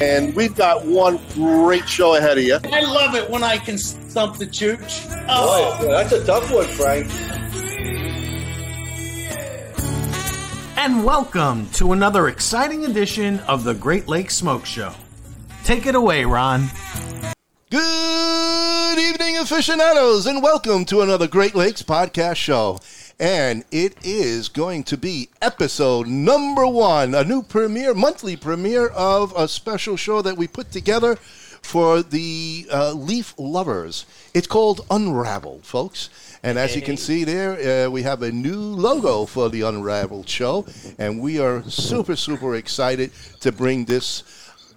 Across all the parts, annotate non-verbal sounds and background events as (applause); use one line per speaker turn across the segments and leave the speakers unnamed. and we've got one great show ahead of you.
I love it when I can stump the chooch.
Oh,
Oh,
that's a tough one, Frank.
And welcome to another exciting edition of the Great Lakes Smoke Show. Take it away, Ron.
Good evening, aficionados, and welcome to another Great Lakes podcast show. And it is going to be episode number one, a new premiere, monthly premiere of a special show that we put together for the uh, Leaf lovers. It's called Unraveled, folks. And as you can see there, uh, we have a new logo for the Unraveled show. And we are super, super excited to bring this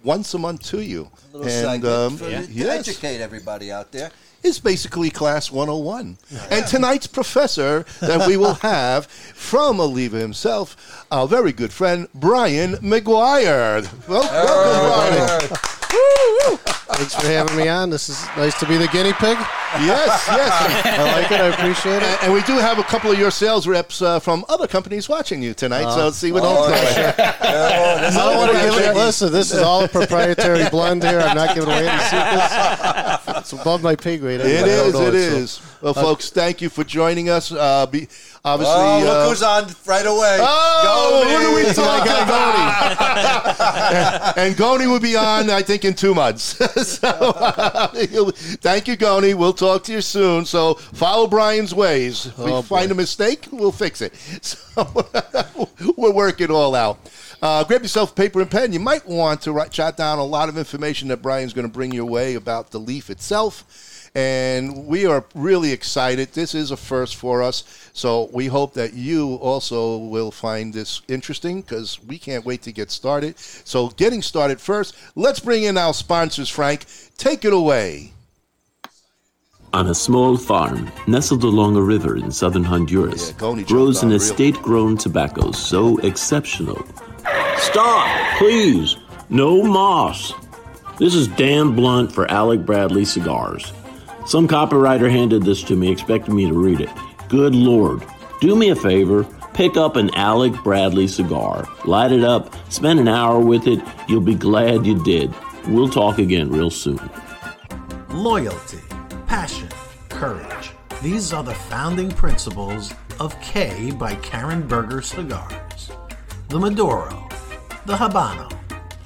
once a month to you.
A little segment
um,
for, to
um, yes.
educate everybody out there.
It's basically class 101. And tonight's professor that we will have from Oliva himself, our very good friend, Brian McGuire. Wel- welcome, Brian.
Thanks for having me on. This is nice to be the guinea pig.
Yes, yes.
(laughs) I like it. I appreciate it.
And, and we do have a couple of your sales reps uh, from other companies watching you tonight,
Uh,
so see what
Oh,
they're doing.
that's
I don't
all
want to
right,
give
Frank.
it. Listen, this is all a proprietary blend here. I'm not giving away any secrets. It's above my pay grade.
(laughs) It
Everybody
is,
know
it
so-
is. Well, folks, thank you for joining us. Uh, be, obviously,
Oh,
uh,
look who's on right away.
Oh,
Go,
what are we
Bee.
talking about? Goni. (laughs) and Goni will be on, I think, in two months. (laughs) so, (laughs) you'll- thank you, Goni. We'll talk to you soon. So follow Brian's ways. If we
Oh,
find
boy.
a mistake, we'll fix it. (laughs) So we'll work it all out. Uh, grab yourself paper and pen. You might want to write, jot down a lot of information that Brian's going to bring your way about the leaf itself and we are really excited. This is a first for us, so we hope that you also will find this interesting because we can't wait to get started. So, getting started first, let's bring in our sponsors, Frank. Take it away.
On a small farm nestled along a river in southern Honduras
Yeah, Coney jumped
grows an
on real.
estate grown tobacco so exceptional. Stop, please! No moss! This is Dan Blunt for Alec Bradley Cigars. Some copywriter handed this to me, expecting me to read it. Good Lord, do me a favor. Pick up an Alec Bradley cigar, light it up, spend an hour with it. You'll be glad you did. We'll talk again real soon.
Loyalty, passion, courage. These are the founding principles of K by Karen Berger Cigars. The Maduro, the Habano,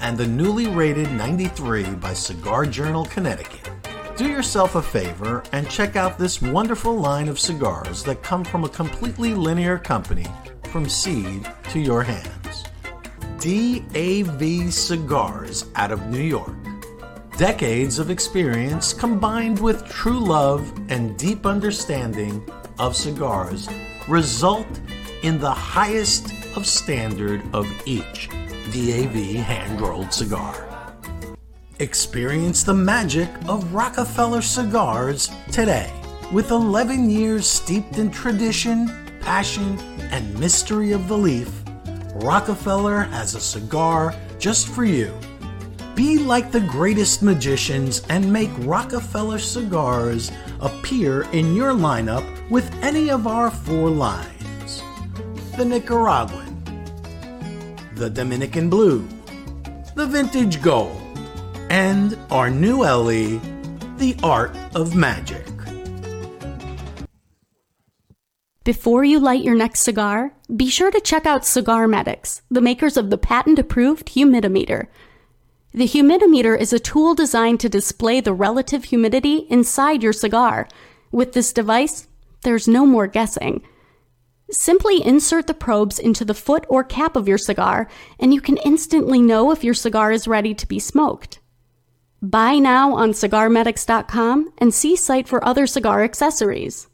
and the newly rated 93 by Cigar Journal Connecticut. Do yourself a favor and check out this wonderful line of cigars that come from a completely linear company from seed to your hands. DAV Cigars out of New York. Decades of experience combined with true love and deep understanding of cigars result in the highest of standard of each DAV hand rolled cigar. Experience the magic of Rockefeller cigars today. With 11 years steeped in tradition, passion, and mystery of the leaf, Rockefeller has a cigar just for you. Be like the greatest magicians and make Rockefeller cigars appear in your lineup with any of our four lines the Nicaraguan, the Dominican Blue, the Vintage Gold, and our new LE, the Art of Magic.
Before you light your next cigar, be sure to check out Cigar Medics, the makers of the patent approved humidimeter. The humidimeter is a tool designed to display the relative humidity inside your cigar. With this device, there's no more guessing. Simply insert the probes into the foot or cap of your cigar, and you can instantly know if your cigar is ready to be smoked. Buy now on cigarmedics.com and see site for other cigar accessories.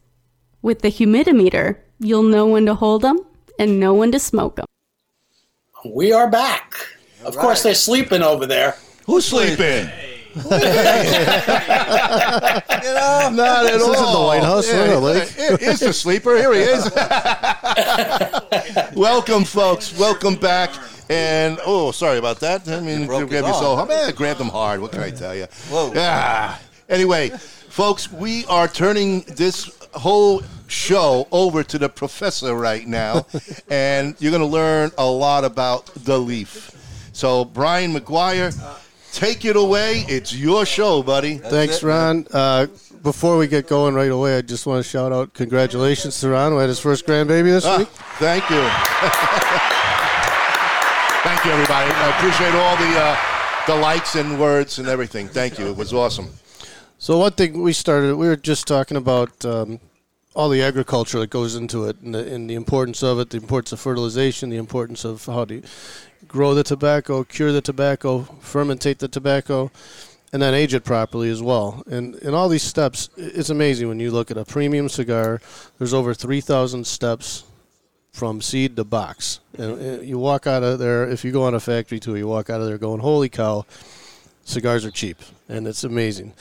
With the humidimeter, you'll know when to hold 'em and know when to smoke 'em.
we are back. Of course,
right.
they're sleeping over there.
Who's sleeping?
(laughs)
You
(laughs)
know?
Not at all.
isn't the White House,
Yeah,
really.
it is the sleeper. Here he is. (laughs) Welcome, folks. Welcome back. And oh, sorry about that. I mean,
broke
grab
his
you so
arm.
hard. Eh, grab them hard. What can I tell you?
Whoa.
Ah. Anyway, folks, we are turning this whole show over to the professor right
(laughs)
now, and you're going to learn a lot about the leaf. So, Brian McGuire, Take it away. It's your show, buddy.
Thanks, Ron. Uh, before we get going right away, I just want to shout out congratulations to Ron who had his first grandbaby this
Ah,
week.
thank you. thank you, everybody. I appreciate all the uh, the likes and words and everything. Thank you. It was awesome.
So one thing we started, we were just talking about um, all the agriculture that goes into it, and the, and the importance of it, the importance of fertilization, the importance of how to grow the tobacco, cure the tobacco, fermentate the tobacco, and then age it properly as well. And and all these steps, i- it's amazing when you look at a premium cigar. There's over three thousand steps from seed to box, and uh, you walk out of there. If you go on a factory tour, you walk out of there going, "Holy cow!" Cigars are cheap, and it's amazing.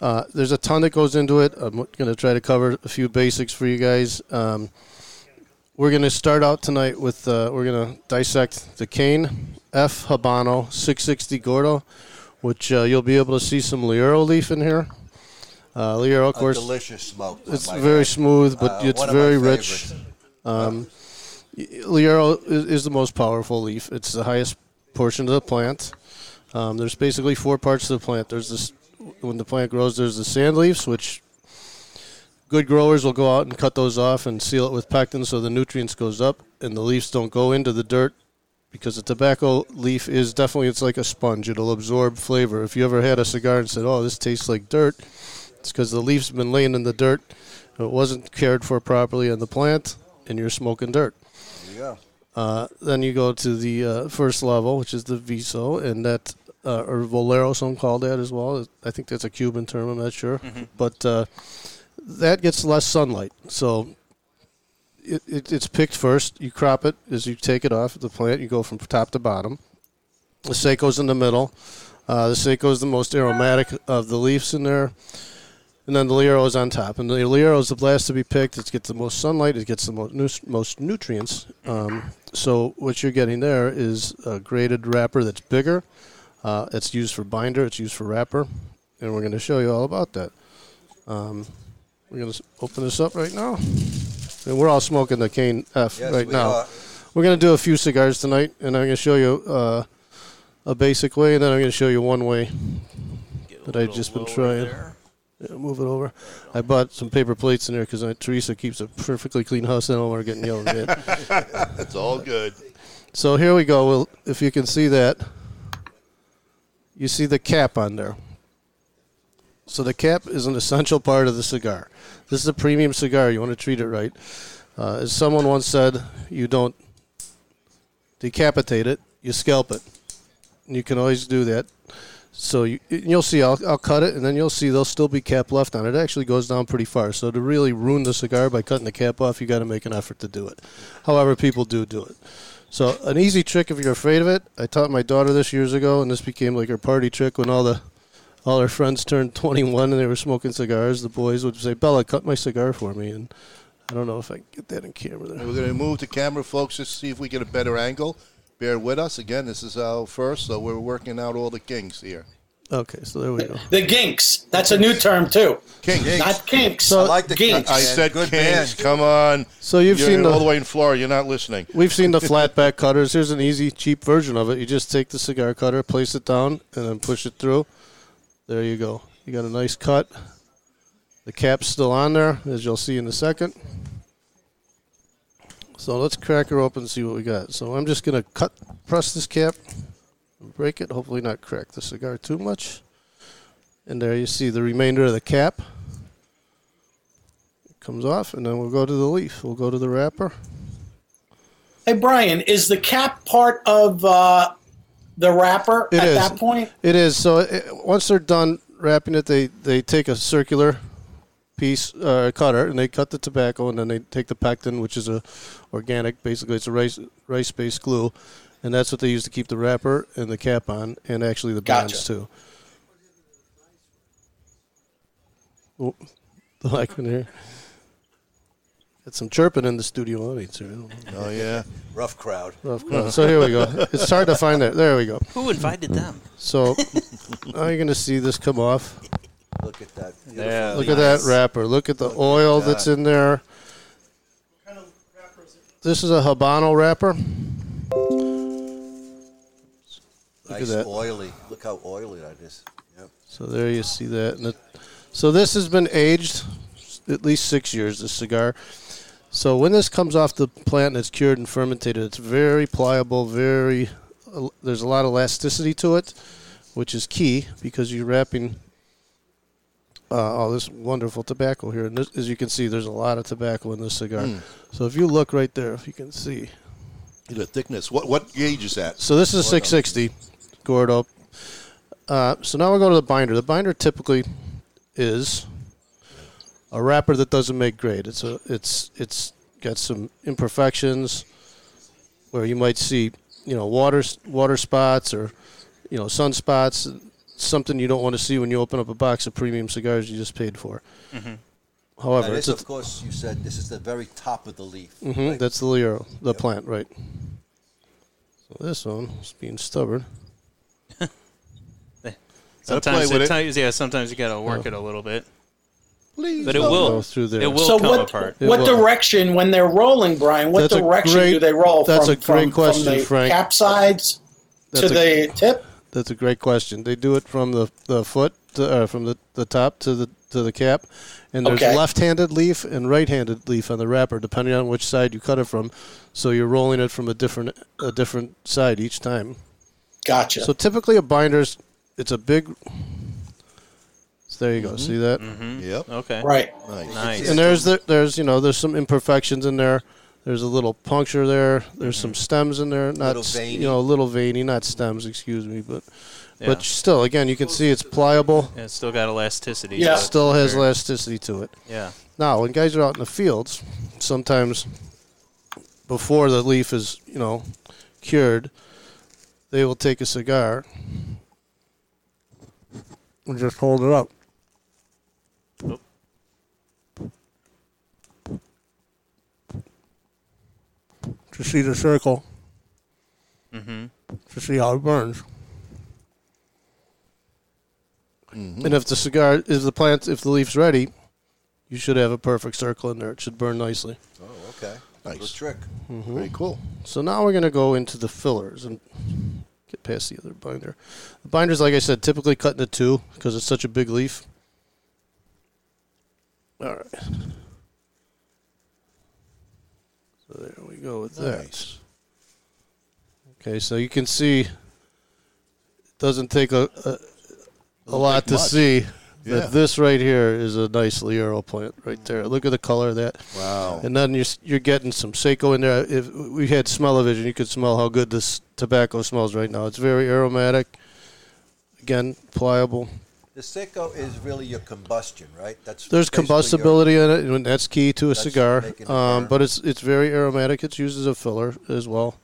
Uh, there's a ton that goes into it. I'm going to try to cover a few basics for you guys. Um, we're going to start out tonight with uh, we're going to dissect the cane F Habano 660 Gordo, which uh, you'll be able to see some Liero leaf in here. Uh, Liero, of
A
course,
delicious smoke.
it's
my
very
God.
smooth, but
Uh,
it's
one of my
very rich.
favorites.
Liero is, is the most powerful leaf. It's the highest portion of the plant. Um, there's basically four parts to the plant. There's this when the plant grows. There's the sand leaves, which good growers will go out and cut those off and seal it with pectin, so the nutrients goes up and the leaves don't go into the dirt because the tobacco leaf is definitely it's like a sponge. It'll absorb flavor. If you ever had a cigar and said, "Oh, this tastes like dirt," it's because the leaf's been laying in the dirt. It wasn't cared for properly in the plant, and you're smoking dirt Uh,
Yeah.
then you go to the uh, first level, which is the viso, and that uh, or Valero, some call that as well. I think that's a Cuban term. I'm not sure, but uh, that gets less sunlight, so it, it, it's picked first. You crop it as you take it off the plant. You go from top to bottom. The seiko's in the middle. Uh, the seiko is the most aromatic of the leaves in there. And then the Liero is on top. And the Liero is the last to be picked. It gets the most sunlight. It gets the most, nu- most nutrients. Um, so what you're getting there is a graded wrapper that's bigger. Uh, it's used for binder. It's used for wrapper. And we're going to show you all about that. Um, we're going to open this up right now. And we're all smoking the cane F
Yes,
right
we
now.
are.
We're going to do a few cigars tonight. And I'm going to show you uh, a basic way. And then I'm going to show you one way that I've just been trying. Yeah, move it over. I bought some paper plates in there because Teresa keeps a perfectly clean house. and I don't want her getting yelled at.
(laughs)
(laughs)
It's all good.
so here we go. Well, if you can see that, you see the cap on there. So the cap is an essential part of the cigar. This is a premium cigar. You want to treat it right. Uh, as someone once said, you don't decapitate it, you scalp it. And you can always do that. So you, and you'll see, I'll, I'll cut it, and then you'll see there'll still be cap left on it. It actually goes down pretty far. So to really ruin the cigar by cutting the cap off, you got to make an effort to do it. However, people do do it. So an easy trick if you're afraid of it. I taught my daughter this years ago, and this became like her party trick when all the all her friends turned (laughs) 21 and they were smoking cigars. The boys would say, "Bella, cut my cigar for me." And I don't know if I can get that in camera there.
We're going to move the camera, folks, just to see if we get a better angle. Bear with us. Again, this is our first, so we're working out all the kinks here.
Okay, so there we go.
The ginks. That's a new term too.
Kinks.
Not kinks.
So-
I like the
Ginks.
I
Yeah,
said
good
kinks.
band.
Come on.
So you've
You're
seen the-
all the way in Florida. You're not listening.
We've
(laughs)
seen the flat back cutters. Here's an easy, cheap version of it. You just take the cigar cutter, place it down, and then push it through. There you go. You got a nice cut. The cap's still on there, as you'll see in a second. So let's crack her open and see what we got. So I'm just going to cut, press this cap, break it, hopefully not crack the cigar too much. And there you see the remainder of the cap. It comes off, and then we'll go to the leaf. We'll go to the wrapper.
hey Brian, is the cap part of uh, the wrapper
It
at
is.
that point?
It is. So it, once they're done wrapping it, they, they take a circular piece uh, cutter and they cut the tobacco and then they take the pectin, which is a organic. Basically, it's a rice rice based glue, and that's what they use to keep the wrapper and the cap on, and actually the
Gotcha.
bonds too. Oh, the (laughs) mic in here. Got some chirping in the studio audience here.
Oh, yeah.
(laughs) Rough crowd.
Rough crowd. So here we go. It's hard to find that. There we go.
Who invited them?
So now you're going to see this come off.
Look at that.
Yeah.
Look at that wrapper. Look at the oil that's in there. This is a Habano wrapper. Look
nice
at that.
oily. Look how oily that is. Yep.
So there you see that. And it, so this has been aged at least six years, this cigar. So when this comes off the plant and it's cured and fermented, it's very pliable, very there's a lot of elasticity to it, which is key because you're wrapping uh, all this wonderful tobacco here. And this, as you can see, there's a lot of tobacco in this cigar. So if you look right there, if you can see,
The thickness. What what gauge is that?
so this is a 660 Gordo. Uh, so now we'll go to the binder. The binder typically is a wrapper that doesn't make grade. It's a, it's it's got some imperfections where you might see you know water s- water spots or you know sunspots, something you don't want to see when you open up a box of premium cigars you just paid for.
Mm-hmm.
Mm-hmm. However,
And
it's
this,
a,
of course, you said this is the very top of the leaf.
Mhm,
right?
That's the Lero, the plant, right? So this one is being stubborn.
Sometimes
play with
it,
it.
times- yeah, sometimes you gotta work it a little bit,
Please.
but it
don't.
will.
go through there.
It will
so
come
what,
apart.
It
what
will.
direction when they're rolling, Brian? What
That's a
direction
great-
do they roll?
that's
from,
a great
from,
question,
from the
Frank.
Cap sides to
That's a-
the tip.
That's a great question. They do it from the, the foot, to, uh, from the, the top to the to the cap, and there's
Okay.
left-handed leaf and right-handed leaf on the wrapper, depending on which side you cut it from. So you're rolling it from a different a different side each time.
Gotcha.
So typically a binder's it's a big. So there you go. See that?
Yep.
Okay.
right.
Nice.
Nice.
and there's the, there's you know there's some imperfections in there. There's a little puncture there. There's some stems in there, not
Little
s-
veiny.
you know a little veiny, not stems. Excuse me, but
Yeah.
but still, again, you can see it's pliable.
And it's still got elasticity.
Yeah.
to it.
Still has
Sure.
elasticity to it.
Yeah.
Now, when guys are out in the fields, sometimes before the leaf is you know cured, they will take a cigar and just hold it up. To see the circle,
Mm-hmm.
to see how it burns,
Mm-hmm.
and if the cigar is the plant, if the leaf's ready, you should have a perfect circle in there. It should burn nicely.
Oh, okay.
Nice.
Good trick. Mm-hmm.
Mm-hmm.
Very cool.
So now we're going to go into the fillers and get past the other binder. The binders, like I said, typically cut into two because it's such a big leaf. All right. So there we go with
Nice.
that. Okay, so you can see it doesn't take a, a, a lot
take
to
much.
see.
Yeah. Mm-hmm.
That this right here is a nice Liero plant right there. Look at the color of that.
Wow.
And then you're, you're getting some Seiko in there. If we had smell-o-vision, you could smell how good this tobacco smells right now. It's very aromatic. Again, pliable.
The Seiko is really your combustion, right? That's
There's
basically your-
combustibility in it, and that's key to a
That's
cigar.
making it
Um,
burn.
but it's it's very aromatic. It's used as a filler as well.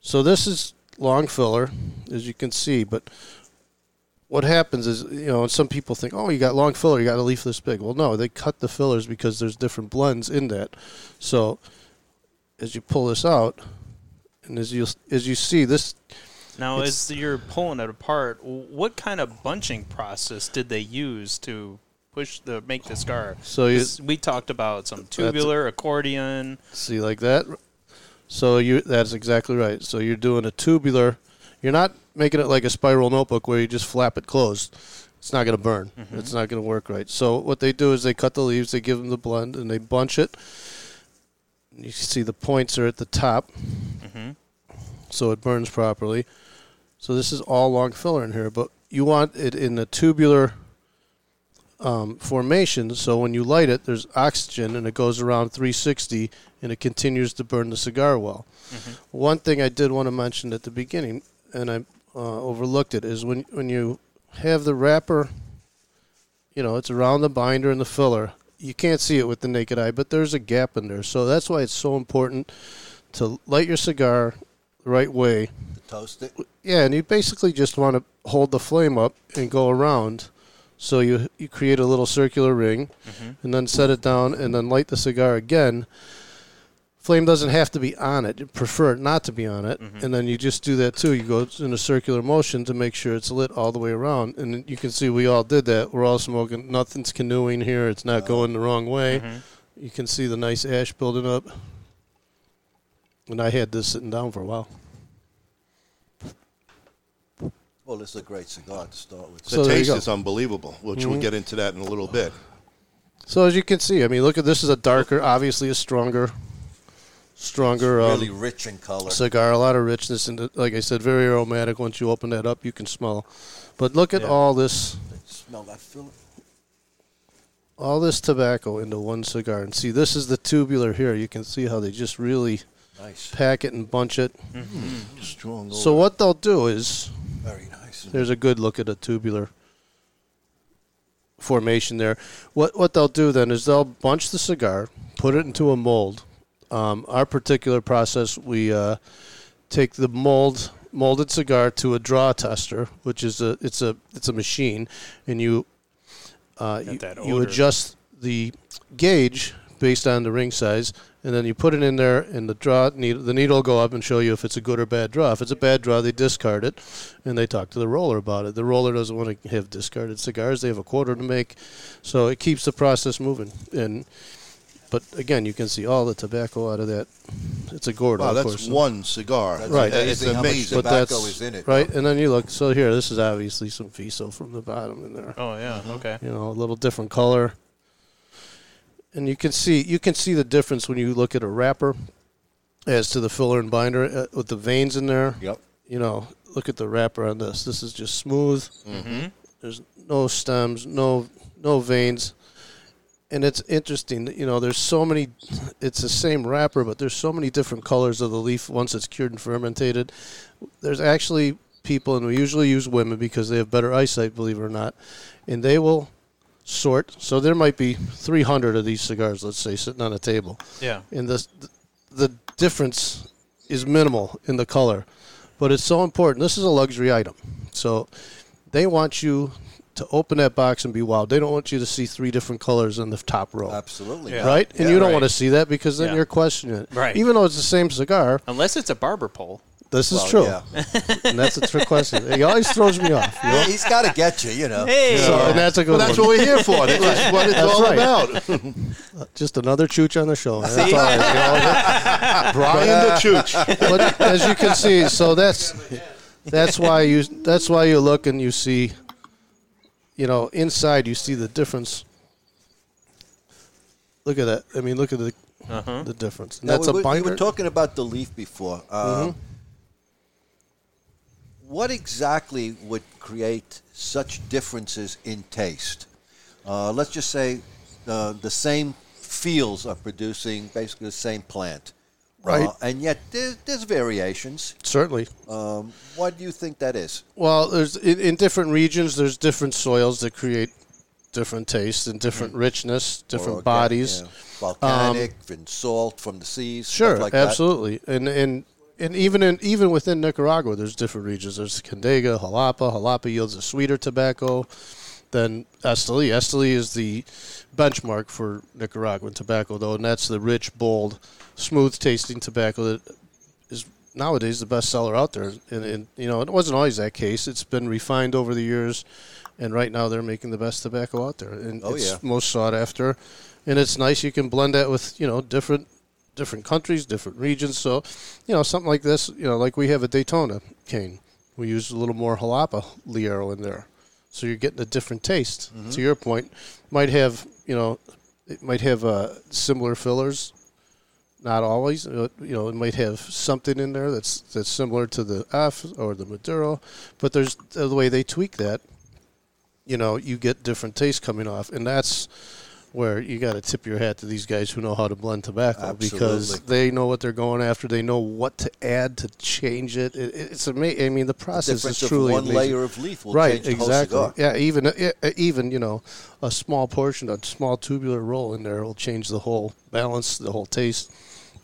So this is long filler, as you can see. But what happens is, you know, and some people think, oh, you got long filler, you got a leaf this big. Well, no, they cut the fillers because there's different blends in that. So as you pull this out, and as you as you see this,
Now, as you're pulling it apart, what kind of bunching process did they use to push the make the scar?
So you-
'Cause we talked about some tubular accordion.
See like that. So you that's exactly right. So you're doing a tubular. You're not making it like a spiral notebook where you just flap it closed. It's not going to burn. It's not going to work right. So what they do is they cut the leaves, they give them the blend, and they bunch it. You can see the points are at the top, so it burns properly. So this is all long filler in here, but you want it in a tubular um, formation. So when you light it, there's oxygen and it goes around 360 and it continues to burn the cigar well.
Mm-hmm.
One thing I did want to mention at the beginning, and I uh, overlooked it, is when when you have the wrapper, you know, it's around the binder and the filler. You can't see it with the naked eye, but there's a gap in there. So that's why it's so important to light your cigar the right way
Toast it.
yeah, and you basically just want to hold the flame up and go around. So you you create a little circular ring, and then set it down, and then light the cigar again. Flame doesn't have to be on it. You prefer it not to be on it, and then you just do that too. You go in a circular motion to make sure it's lit all the way around, and you can see we all did that. We're all smoking. Nothing's canoeing here. It's not going the wrong way. You can see the nice ash building up. And I had this sitting down for a while.
Well, this is a great cigar to start with.
The
So there you
taste
go.
is unbelievable, which we'll get into that in a little bit.
So as you can see, I mean, look at this is a darker, obviously a stronger, stronger um,
really rich in color.
cigar. A lot of richness and, like I said, very aromatic. Once you open that up, you can smell. But look at all this,
Smell that, Philip.
all this tobacco into one cigar, and see this is the tubular here. You can see how they just really
Nice. Mm-hmm.
pack it and bunch it.
Strong.
So what they'll do is
Very nice.
there's a good look at a tubular formation there. What what they'll do then is they'll bunch the cigar, put it into a mold. Um, our particular process, we uh, take the mold molded cigar to a draw tester, which is a it's a it's a machine, and you uh, you,
that
you
odor.
adjust the gauge based on the ring size, and then you put it in there, and the draw needle, the needle will go up and show you if it's a good or bad draw. If it's a bad draw, they discard it, and they talk to the roller about it. The roller doesn't want to have discarded cigars; they have a quarter to make, so it keeps the process moving. And but again, you can see all the tobacco out of that. It's a Gordo,
Wow,
of
that's
course.
one cigar.
That's
Right.
It's
amazing how much
amazing.
but
tobacco
that's
is in it,
right, and then you look. So here, this is obviously some Fiso from the bottom in there
Oh yeah. Okay.
you know a little different color and you can see you can see the difference when you look at a wrapper as to the filler and binder uh, with the veins in there
Yep.
you know look at the wrapper on this this is just smooth
Mm-hmm.
there's no stems no no veins and it's interesting that, you know there's so many it's the same wrapper but there's so many different colors of the leaf once it's cured and fermented there's actually people and we usually use women because they have better eyesight believe it or not and they will sort so there might be 300 of these cigars let's say sitting on a table
Yeah.
and this the difference is minimal in the color but it's so important this is a luxury item so they want you to open that box and be wild they don't want you to see three different colors in the top row
Absolutely.
Yeah.
right and you don't
right.
want to see that because then
Yeah.
you're questioning it
Right.
even though it's the same cigar
Unless it's a barber pole.
this is
Well,
true
yeah.
and that's a trick question he always throws me off
(laughs)
you know?
He's got to get you, you know.
Hey.
so, and that's a good
Well, that's
one.
what we're here for.
(laughs)
That's what it's
That's
all
right. (laughs) Uh,
about.
just another chooch on the show. That's all. You
(laughs)
know, uh,
Brian the Chooch.
but as you can see, so that's that's why you that's why you look and you see, you know, inside you see the difference. Look at that. I mean, look at the the difference. And
Now,
that's
we,
a
were-
binder. Mm-hmm.
We were talking about the leaf before. Uh, What exactly would create such differences in taste? Uh, let's just say uh, the same fields are producing basically the same plant.
Right.
Uh, and yet there's, there's variations.
Certainly.
Um, what do you think that is?
Well, there's in, in different regions. There's different soils that create different tastes and different richness, different
Or,
bodies.
Mm-hmm.
Um,
yeah, volcanic and salt from the seas.
Sure,
stuff like that.
absolutely, and and and even in even within Nicaragua, there's different regions. There's Condega, Jalapa. Jalapa yields a sweeter tobacco than Esteli. Esteli is the benchmark for Nicaraguan tobacco, though, and that's the rich, bold, smooth tasting tobacco that is nowadays the best seller out there. And, and you know, it wasn't always that case. It's been refined over the years, and right now they're making the best tobacco out there, and
Oh,
it's
yeah.
most sought after. And it's nice you can blend that with you know different different countries, different regions. So, you know, something like this, you know, like we have a Daytona cane, we use a little more Jalapa Liero in there, so you're getting a different taste. To your point, might have you know, it might have uh, similar fillers, not always. uh, You know, it might have something in there that's that's similar to the F or the Maduro, but there's the way they tweak that. You know, you get different tastes coming off, and that's where you got to tip your hat to these guys who know how to blend tobacco because
Absolutely.
they know what they're going after. They know what to add to change it. it it's amazing. I mean, the process is
Difference of
truly
one
amazing.
layer of leaf will
right,
change the
exactly.
whole cigar.
Yeah, even e- e- even you know, a small portion, a small tubular roll in there will change the whole balance, the whole taste.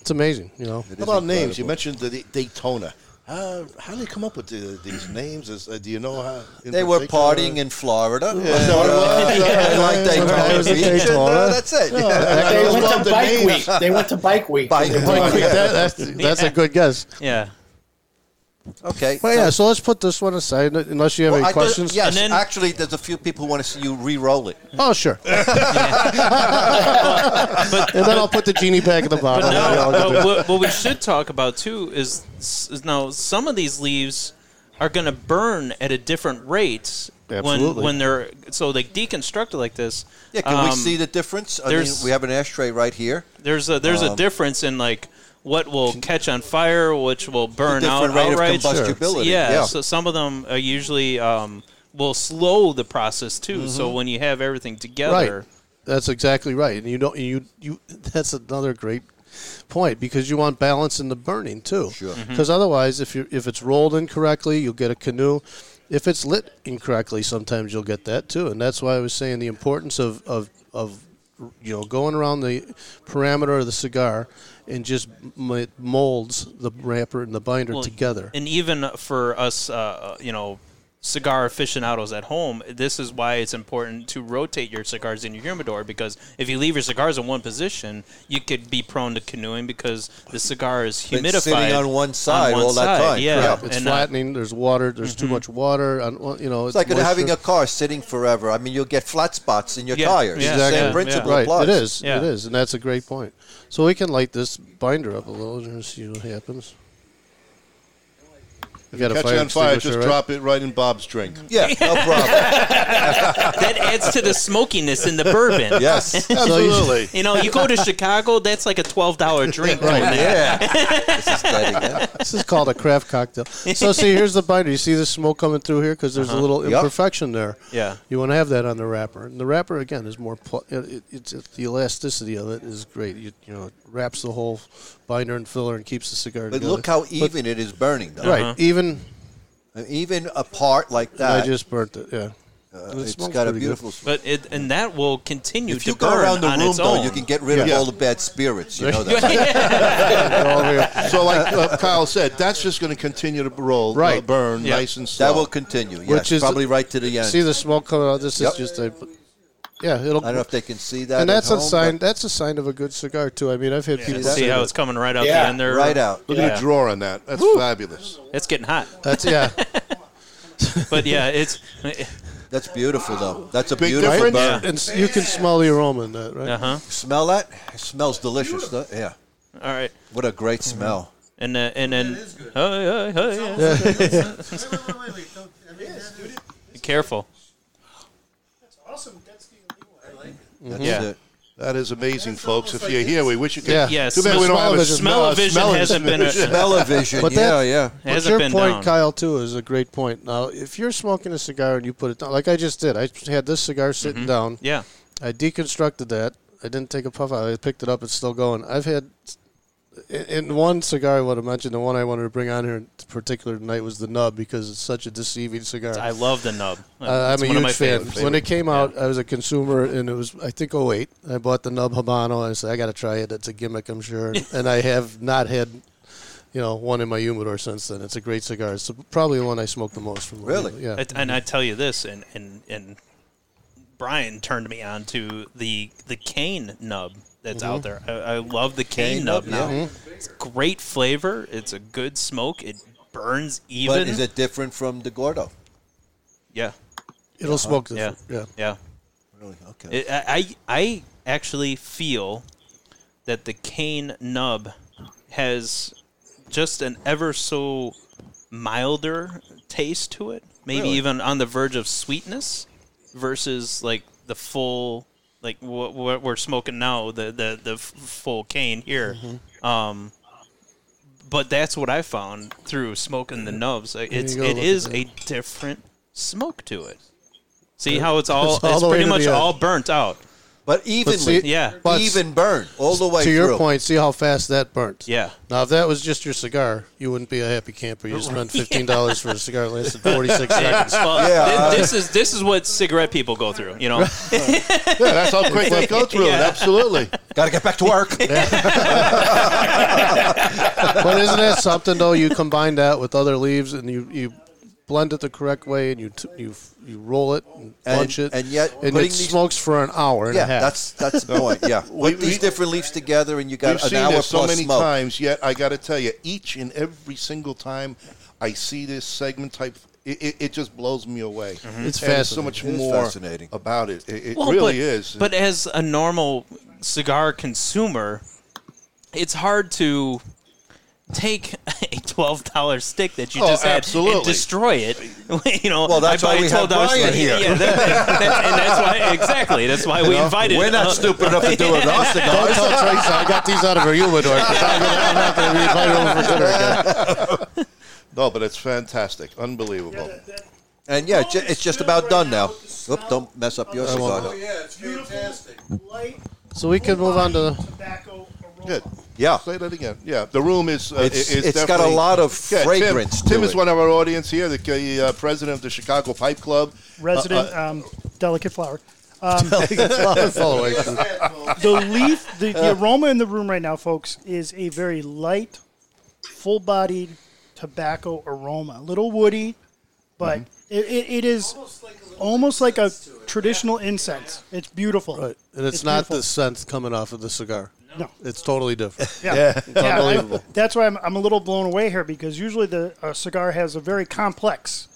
It's amazing, you know.
How about names? You mentioned the the Daytona. How how do they come up with the, these names? Is, uh, do you know how? in
They were
particular?
partying in Florida.
(laughs) Is that what it was? (laughs)
And like
All right.
It
Daytona
was a
Beach. and, uh,
Daytona.
(laughs)
that's
(laughs)
it. (laughs) Yeah.
I
They
just
went
love
to
the
bike
names.
week. They went to bike week.
Bike
Like,
week.
that- that's, that's a good guess.
Yeah.
Okay.
Well, yeah. So let's put this one aside, unless you have
Well, I
any
thought-
questions.
yes,
And then-
actually, there's a few people who want to see you re-roll it.
(laughs)
Oh, sure. (laughs) and then I'll put the genie back in the bottle.
But
Yeah,
no,
I'll
but
do it.
what, what we should talk about too is, is now some of these leaves are going to burn at a different rate
Absolutely.
when when they're so they deconstructed like this.
Yeah, can we
um,
see the difference? I mean,
there's-
we have an ashtray right here. Um,
There's a there's a difference in like what will catch on fire, which will burn out
different rate of
outright.
combustibility.
Yeah,
Yeah.
So some of them are usually um, will slow the process too. So when you have everything together,
Mm-hmm. Right. That's exactly right. And you don't you you (laughs) that's another great point because you want balance in the burning too. Sure.
Mm-hmm.
Because otherwise if you if it's rolled incorrectly, you'll get a canoe. If it's lit incorrectly, sometimes you'll get that too. And that's why I was saying the importance of of, of you know going around the parameter of the cigar and just m- it molds the wrapper and the binder
Well,
together.
And even for us, uh, you know, cigar aficionados at home, this is why it's important to rotate your cigars in your humidor because if you leave your cigars in one position, you could be prone to canoeing because the cigar is
Been
humidified
sitting on one side all that time,
Yeah,
correct.
it's
and, uh, (laughs)
flattening. there's water. There's
Mm-hmm.
too much water. I don't- you know,
It's like having
moisture.
a car sitting forever. I mean, you'll get flat spots in your
Yeah,
tires.
yeah,
The
Exactly.
Same principle
right.
applies.
It is.
Yeah.
It is, and that's a great point. So we can light this binder up a little and see what happens. We got a
Catch it on fire, just
extinguisher, right?
drop it right in Bob's (laughs) drink.
Yeah, no
(laughs)
problem.
that adds to the smokiness in the bourbon.
yes.
Absolutely.
(laughs) You know, you go to Chicago, that's like a twelve dollar
(laughs)
drink.
Right.
Yeah.
(laughs)
this is steady, yeah.
(laughs) This is called a craft
(laughs)
cocktail. So see, here's the binder. You see the smoke coming through here because
Uh-huh.
there's a little
Yep.
imperfection there.
Yeah.
You want to have that on the wrapper, and the wrapper again is more. Pl- it, it, it's it's- the elasticity of it is great. You, you know, it wraps the whole binder and filler and keeps the cigar
But
together.
look how even it is burning, though.
Uh-huh.
right, even
Even apart like
I
that,
just burnt it. Yeah.
uh,
It
it's
smells
got a
pretty good.
beautiful smell.
But it, and that will continue
If
to
you go
burn
around the
on
room,
its
though,
own.
you can get rid of all the bad
(laughs)
spirits. You know that.
(laughs)
All the way up.
So, like uh, Kyle said, that's just going to continue to roll, uh,
Right.
burn,
Yeah.
nice and slow.
That will continue. Yes,
is-
probably right to the end.
See the smoke coming
uh,
out. This
Yep.
is just a, yeah. It'll.
I don't know if they can see that.
and
at
that's
home,
a sign.
but
That's a sign of a good cigar too. I mean, I've had people
See
say
how
that.
it's coming right out
Yeah.
the end there.
right out.
Look at
Yeah.
the drawer on that. That's fabulous.
It's getting hot.
That's yeah.
But yeah, it's (laughs)
That's beautiful, though. That's a
Big
beautiful
difference.
burn.
and s- you can smell the aroma in that, right?
uh huh.
Smell that? It smells delicious. though. Yeah.
All right,
What a great smell.
and uh, and then oh, yeah, oh, yeah. Be careful.
That's
Yeah.
Uh,
it.
That is amazing, folks. If you're here, we wish you could.
Yeah.
Yeah,
Too bad
smell-
we don't have a
smell-o-vision.
Smell-o-vision
smell- smell-
hasn't been a-
Television.
But
yeah,
that-
yeah.
But
Hasn't
your
been
point,
down.
Kyle, too, is a great point. Now, if you're smoking a cigar and you put it down, like I just did, I had this cigar sitting down.
Mm-hmm. Yeah,
I deconstructed that. I didn't take a puff out. I picked it up. It's still going. I've had in- in one cigar I would have mentioned the one I wanted to bring on here in particular tonight was the nub because it's such a deceiving cigar.
I love the nub.
Uh,
It's
I'm a
one of
huge
my
fan.
favorites.
When it came out, I was a consumer, and it was I think 08. I bought the Nub Habano. I said I got to try it. It's a gimmick,
(laughs)
I'm sure, and I have not had, you know, one in my humidor since then. It's a great cigar. It's probably the one I smoke the most from.
Really?
Yeah.
It- and I tell you this, and and and Brian turned me on to the the cane nub that's out there.
Mm-hmm.
I, I love the cane,
Cane
nub
nub,
now.
yeah.
It's great flavor. It's a good smoke. It burns even.
But is it different from Uh-huh. the Gordo?
Yeah,
It'll smoke this.
yeah,
Yeah. yeah.
yeah.
Really? Okay.
It, I I I actually feel that the cane nub has just an ever so milder taste to it, maybe
Really?
even on the verge of sweetness, versus like the full like what what we're smoking now, the the the f- full cane here.
Mm-hmm.
Um, but that's what I found through smoking the nubs. Like, It's
you go,
it
look at
is
that.
a different smoke to it. See how it's all
It's all
it's
the way
pretty
to
much
the end.
all burnt out.
but evenly.
see-
Yeah.
But-
even burn all the way
To your
through.
point, see how fast that burnt.
Yeah.
Now, if that was just your cigar, you wouldn't be a happy
(laughs)
camper. You spent fifteen dollars for a cigar that lasted forty six seconds.
Well,
Yeah,
thi- this, is this is what cigarette people go through,
(laughs)
you know.
Yeah, that's how quick they go through
(laughs)
it.
Yeah.
(laughs)
Absolutely.
Got to get back to
(laughs)
work.
but isn't that something though? You combine that with other leaves, and you you blend it the correct way, and you t- you f- you roll it, and bunch it,
and yet
and
putting
it
these-
smokes for an hour and
yeah,
a half.
that's that's the point.
(laughs)
(laughs) Yeah, put
we-
these different leaves together, and you
We've
got an
seen
hour
this so
plus
many
smoke.
times, yet I got to tell you, each and every single time I see this segment type, it, it, it just blows me away.
Mm-hmm. It's
And there's
fascinating.
so much
It is
more
fascinating.
about it. It, it
Well,
really
but,
is.
But as a normal cigar consumer, it's hard to take (laughs) a twelve dollar stick that you
Oh,
just had
absolutely.
and destroy it. (laughs) you know,
Well, that's
I buy
why we
a
have
twelve dollar
Brian
stick.
here.
Yeah, that, that- and that's why exactly. That's why we invited.
We're not
uh,
stupid enough (laughs)
(laughs)
(laughs)
to do it. Our
Don't
cigars.
tell Teresa I got these out of her humidor. 'cause I'm, gonna, I'm not going to be invited over for dinner again.
(laughs) No, but it's fantastic, unbelievable.
And yeah, ju- it's just about done now. Oop, don't mess up your cigar.
Oh, yeah, it's fantastic. Light
So we can move on to the.
tobacco aroma.
Good.
Yeah.
Say that again. Yeah, the room is. Uh,
It's-
is
it's got
definitely-
a lot of
Tim-
fragrance
Tim,
to
is
it.
one of our audience here, the uh, president of the Chicago Pipe Club.
Resident
Uh, uh,
um, delicate flower. Um,
(laughs) following.
The leaf, the,
Uh.
the aroma in the room right now, folks, is a very light, full-bodied tobacco aroma. A little woody, but
Mm-hmm.
it, it, it is almost like a traditional incense. It's beautiful.
Right. And it's, not
beautiful.
the scent coming off of the cigar.
No.
It's totally different.
(laughs)
Yeah, I-
unbelievable.
that's why I'm, I'm a little blown away here because usually the uh, cigar has a very complex.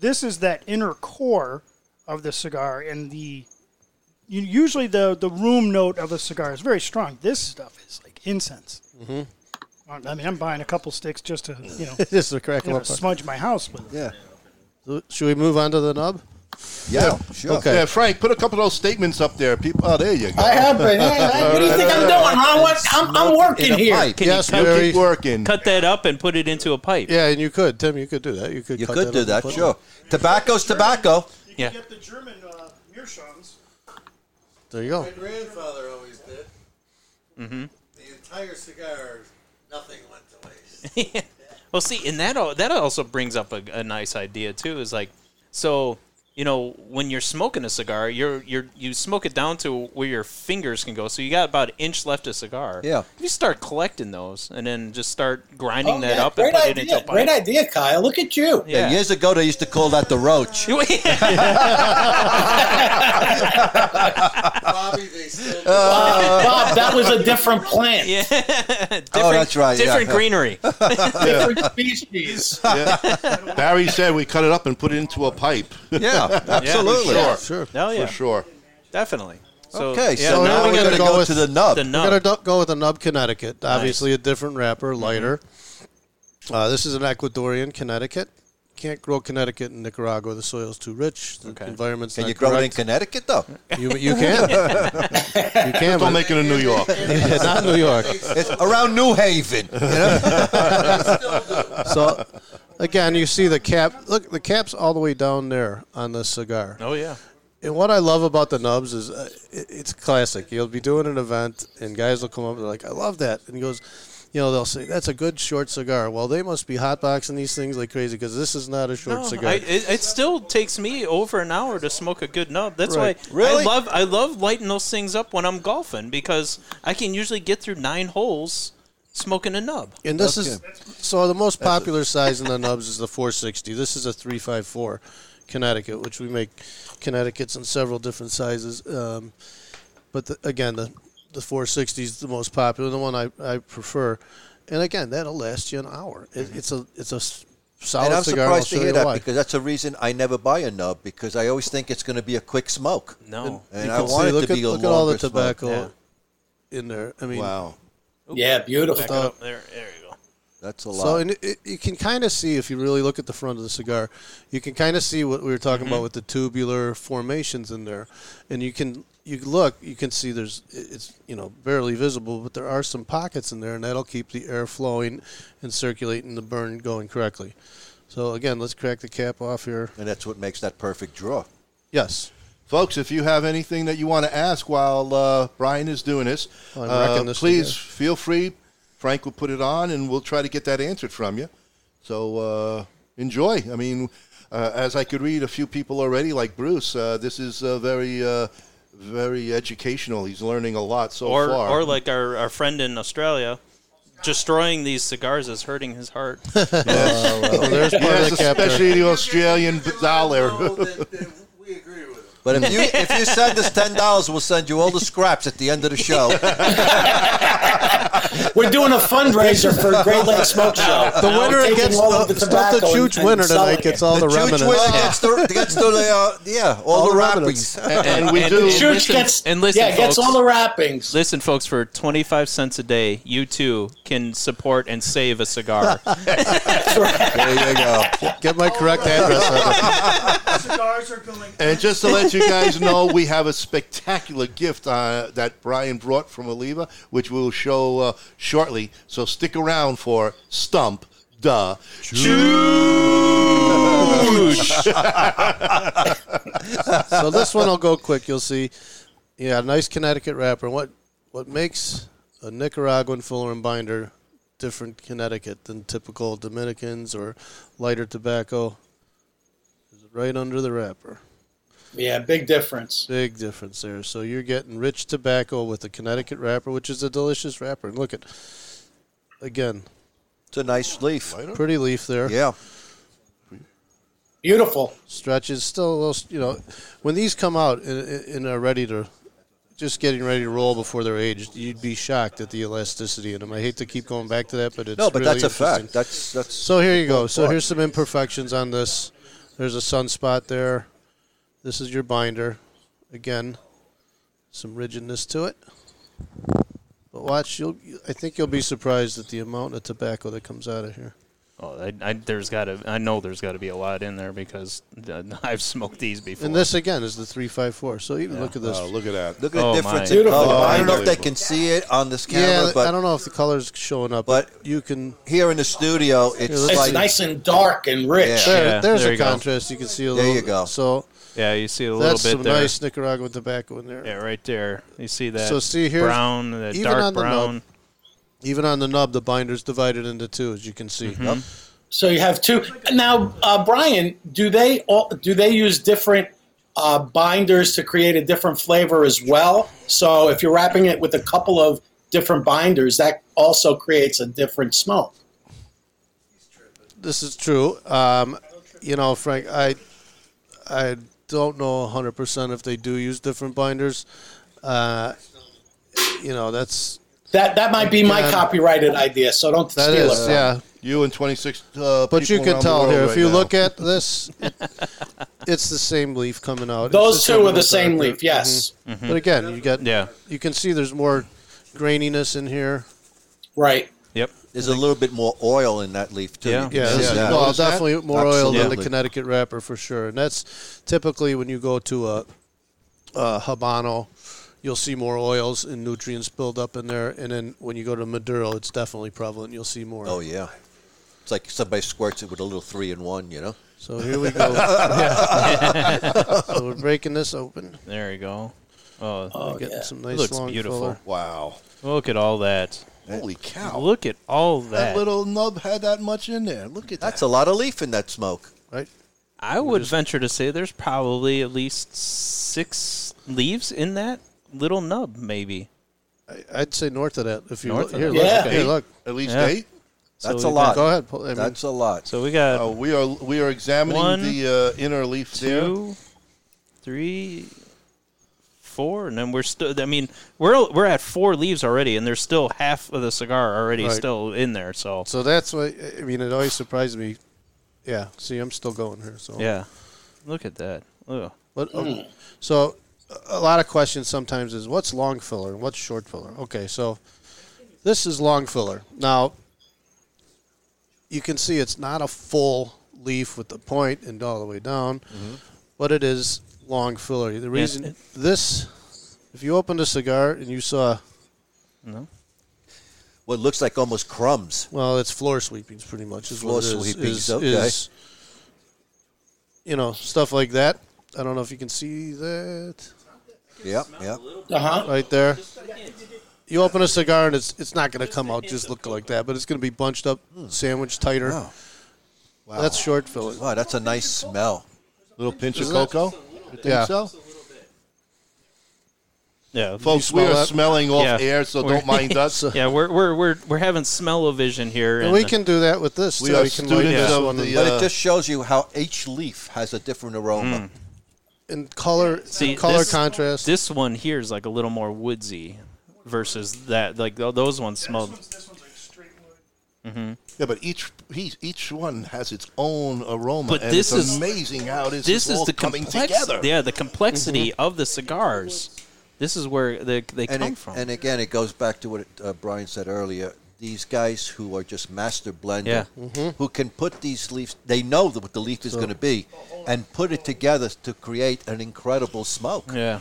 This is that inner core of the cigar, and the you, usually the the room note of a cigar is very strong. This stuff is like incense. Mm-hmm. I mean, I'm buying a couple sticks just to you know,
This is a crack
you
'em
know
up.
smudge my house with.
Yeah.
So Should we move on to the nub?
Yeah. Sure.
Okay.
yeah, Frank, put a couple of those statements up there. People, oh, there you go.
I have
(laughs)
been. Hey, hey, what do you think I'm doing? I'm, what, I'm, I'm
In
working
a
here.
pipe.
Can
Yes,
you cut,
very-
Keep working.
cut that up and put it into a pipe?
Yeah, and you could, Tim. You could do that. You could.
You
cut
could
that
do
up and
that.
put it-
Sure. Tobacco's tobacco.
You
Yeah.
the German uh, Meerschaums.
There you go.
grandfather always did. Mm-hmm. The entire cigar, nothing went to waste.
Well, see, and that al- that also brings up a, a nice idea too. Is like, so you know, when you're smoking a cigar, you're you're you smoke it down to where your fingers can go. So you got about an inch left of cigar.
Yeah.
If you start collecting those and then just start grinding
Oh,
that
yeah,
up and
great
put it into
idea.
a pipe.
Great idea, Kyle.
(laughs)
Look at you.
Yeah. Years ago, they used to call that the roach.
Yeah.
Bobby, they still
Bob, that was a different plant.
(laughs)
oh, that's right. yeah.
Different greenery.
(laughs) Different
(laughs)
species.
Barry said we cut it up and put it into a pipe.
(laughs)
(laughs)
Yeah. Absolutely.
sure.
Sure.
Oh yeah,
For sure.
definitely. So,
Okay.
yeah,
So
now,
now
we
we're
gotta
going to
go
go
with
to the nub.
the
We
nub.
gotta do- go with a nub Connecticut. Obviously, a different
Mm-hmm.
wrapper, lighter. Uh, this is an Ecuadorian Connecticut. Can't grow Connecticut in Nicaragua. The soil's too rich. The environment's
Can
not
you grow it in
correct.
Connecticut though?
You, you can.
(laughs)
you can.
Don't
but-
make it in New York.
Yeah, not New York.
It's around New Haven. You know?
(laughs) So, again, you see the cap. Look, the cap's all the way down there on the cigar.
Oh yeah.
And what I love about the nubs is uh, it, it's classic. You'll be doing an event, and guys will come up. They're like, "I love that," and he goes, "You know, they'll say that's a good short cigar." Well, they must be hotboxing these things like crazy because this is not a short
No,
cigar.
I, it, it still takes me over an hour to smoke a good nub. That's
Right.
why
Really?
I love I love lighting those things up when I'm golfing because I can usually get through nine holes smoking a nub.
and this is so the most popular size in the nubs is the 460. This is a 354 Connecticut, which we make Connecticut's in several different sizes. Um, but the, again, the the 460 is the most popular, the one I, I prefer. And again, that'll last you an hour. It, it's a it's a s- solid
Mm-hmm. And I'm
cigar. I'll
surprised to
show
hear
you
that
why.
because that's a reason I never buy a nub because I always think it's going to be a quick smoke.
No.
And
You
I
can
want
see,
it
look
to
at,
be a
look at all the
longer smoke.
tobacco
Yeah.
in there. I mean,
Wow,
Yeah, beautiful.
Oh, there, there you go.
that's a lot.
So and it, it, you can kind of see if you really look at the front of the cigar, you can kind of see what we were talking
Mm-hmm.
about with the tubular formations in there, and you can you look you can see there's it- it's you know barely visible, but there are some pockets in there, and that'll keep the air flowing and circulating the burn going correctly. So again, let's crack the cap off here.
and that's what makes that perfect draw.
Yes,
Folks, if you have anything that you want to ask while uh, Brian is doing this,
Oh, I'm wrecking
uh,
this
please
together.
feel free. Frank will put it on, and we'll try to get that answered from you. So uh, enjoy. I mean, uh, as I could read a few people already, like Bruce, uh, this is uh, very, uh, very educational. He's learning a lot so
Or
far.
or like our, our friend in Australia, destroying these cigars is hurting his
(laughs)
heart.
Uh,
(laughs)
well, there's part
yes,
of the cap. there.
especially the Australian dollar.
we agree with
But if you if you send
(laughs)
us ten dollars, we'll send you all the scraps at the end of the show.
(laughs) We're doing a fundraiser for Great Lakes Smoke Show.
The
We're
winner
taking
gets
all
the,
of
stuff the
tobacco
huge
and-
winner
and selling
tonight gets
it.
all the,
the church
remnants.
winner gets the gets the uh, yeah all,
All
the
the (laughs)
wrappings.
And we do.
The church
Listen,
gets
and listen,
yeah, gets
folks.
all the wrappings.
Listen, folks, for 25 cents a day, you too can support and save a
(laughs)
cigar.
There you go.
Get my correct address. on it.
(laughs) Cigars are going.
And just to let you guys know,
(laughs)
we have a spectacular gift uh, that Brian brought from Oliva, which we'll show uh, shortly. So stick around for Stump the
(laughs)
Chooch.
(laughs) So this one will go quick. You'll see. Yeah, nice Connecticut wrapper. What what makes a Nicaraguan fuller and binder different Connecticut than typical Dominicans or lighter tobacco? Is it right under the wrapper?
Yeah, big difference.
Big difference there. So you're getting rich tobacco with a Connecticut wrapper, which is a delicious wrapper. And look at again,
It's a nice leaf.
pretty leaf there.
Yeah.
Beautiful.
stretches. Still a little, you know, when these come out and, and are ready to, just getting ready to roll before they're aged, you'd be shocked at the elasticity in them. I hate to keep going back to that, but it's
No, but
really
that's a
interesting.
fact. That's
(laughs)
that's
So here you go. So here's some imperfections on this. There's a sunspot there. This is your binder. Again, some rigidness to it. But watch, you'll. I think you'll be surprised at the amount of tobacco that comes out of here.
oh, I, I, there's gotta, I know there's got to be a lot in there because uh, (laughs) I've smoked these before.
And this again is the three five four. So even look at this.
Oh, look at that.
look at the
Oh,
difference
my.
in color.
Beautiful.
I don't know if they can see it on this camera,
Yeah,
but
I don't know if the color's showing up,
but-
but you can.
here in the studio, it's
let's
It's
like
nice and dark and rich.
Yeah.
There,
Yeah,
there's
there
a
you go.
contrast. You can see a
There
little.
you go.
So
yeah, you see a little
that's
bit
some
there.
nice Nicaraguan tobacco in there.
yeah, right there. You see that
So see here,
brown, the
even
dark
on the
brown.
nub. Even on the nub, the binder's divided into two, as you can see.
Mm-hmm.
So you have two. Now, uh, Brian, do they all, do they use different uh, binders to create a different flavor as well? So if you're wrapping it with a couple of different binders, that also creates a different smoke.
This is true. Um, you know, Frank, I, I don't know 100 percent if they do use different binders. Uh, you know, that's
That that might be my
Yeah.
copyrighted idea. So don't
that
steal
is
it.
yeah.
You and 26 uh,
But you
people
can
around the
tell
world
here
right
if you
now.
look
(laughs)
at this, it's the same leaf coming out. It's
Those
the
two are the
little
same
darker.
leaf. Yes,
But again, you got
Yeah.
You can see there's more graininess in here.
right.
Yep.
there's a little bit more oil in that leaf too.
Yeah.
You can
Yeah,
see
this is-
that.
well, definitely more oil than the
Absolutely.
Connecticut wrapper for sure. And that's typically when you go to a, a Habano, you'll see more oils and nutrients build up in there. And then when you go to Maduro, it's definitely prevalent. You'll see more.
Oh yeah, it's like somebody squirts it with a little three in one. You know,
So here we
(laughs)
go. Yeah. (laughs) so we're breaking this open.
There you go. Oh,
Oh,
Getting
yeah.
some nice
looks
long
beautiful.
fuller.
Wow.
look at all that.
Holy cow.
Look at all
that
that.
little nub had that much in there. Look at
that's
that.
a lot of leaf in that smoke.
Right?
I would venture to say there's probably at least six leaves in that little nub, maybe.
I, I'd say north of that. If you
North
look,
of
here,
that.
look,
Yeah.
here, look.
At least
Yeah.
eight.
That's
So
a
we
lot.
Go ahead. pull- I mean,
That's a lot.
So we got
Uh, we are we are examining
One,
the uh, inner leaf there.
two, three, four, and then we're still. I mean, we're we're at four leaves already, and there's still half of the cigar already
Right.
still in there. So
So that's what I mean. It always surprised me. Yeah. See, I'm still going here. So
yeah, look at that. Ugh.
But okay. oh, so a lot of questions sometimes is what's long filler and what's short filler. Okay, so this is long filler. Now you can see it's not a full leaf with the point and all the way down, but it is long filler. The reason
it-
this, if you opened a cigar and you saw,
What looks like almost crumbs.
well, it's floor sweepings pretty much. Is
Floor
what it is,
sweepings,
is-
okay.
is, you know stuff like that. I don't know if you can see that.
Yep, yep.
Uh
Uh-huh.
huh.
right there. You open a cigar and it's it's not going to come out just looking like that, but it's going to be bunched up,
Hmm.
sandwiched tighter.
Wow.
That's short filler.
Wow, that's a nice smell.
Little pinch of
Isn't it?
cocoa. You think
Yeah.
so?
Yeah,
Folks, we
smell
are
that?
smelling off
Yeah.
air, so
We're- (laughs)
don't mind us.
yeah, we're we're we're we're having smell o vision here.
And we can do that with this.
We
too.
are
can light
students
this
of
one
the,
and-
uh, Hmm.
But it just shows you how each leaf has a different aroma.
and color
See,
color
this-
contrast.
This one here is like a little more woodsy versus that. Like th- those ones smelled. Mm-hmm.
this one's like straight wood.
Yeah, but each each, each one has its own aroma.
But
and
this
it's
is-
amazing how this,
This is
all
the
coming
complex-
together.
Yeah, the complexity of the cigars. This is where they, they
and,
come
it-
from.
and again, it goes back to what it, uh, Brian said earlier. These guys who are just master blender,
Yeah.
Mm-hmm.
who can put these leaves, they know that what the leaf is going to be, and put it together to create an incredible smoke.
yeah,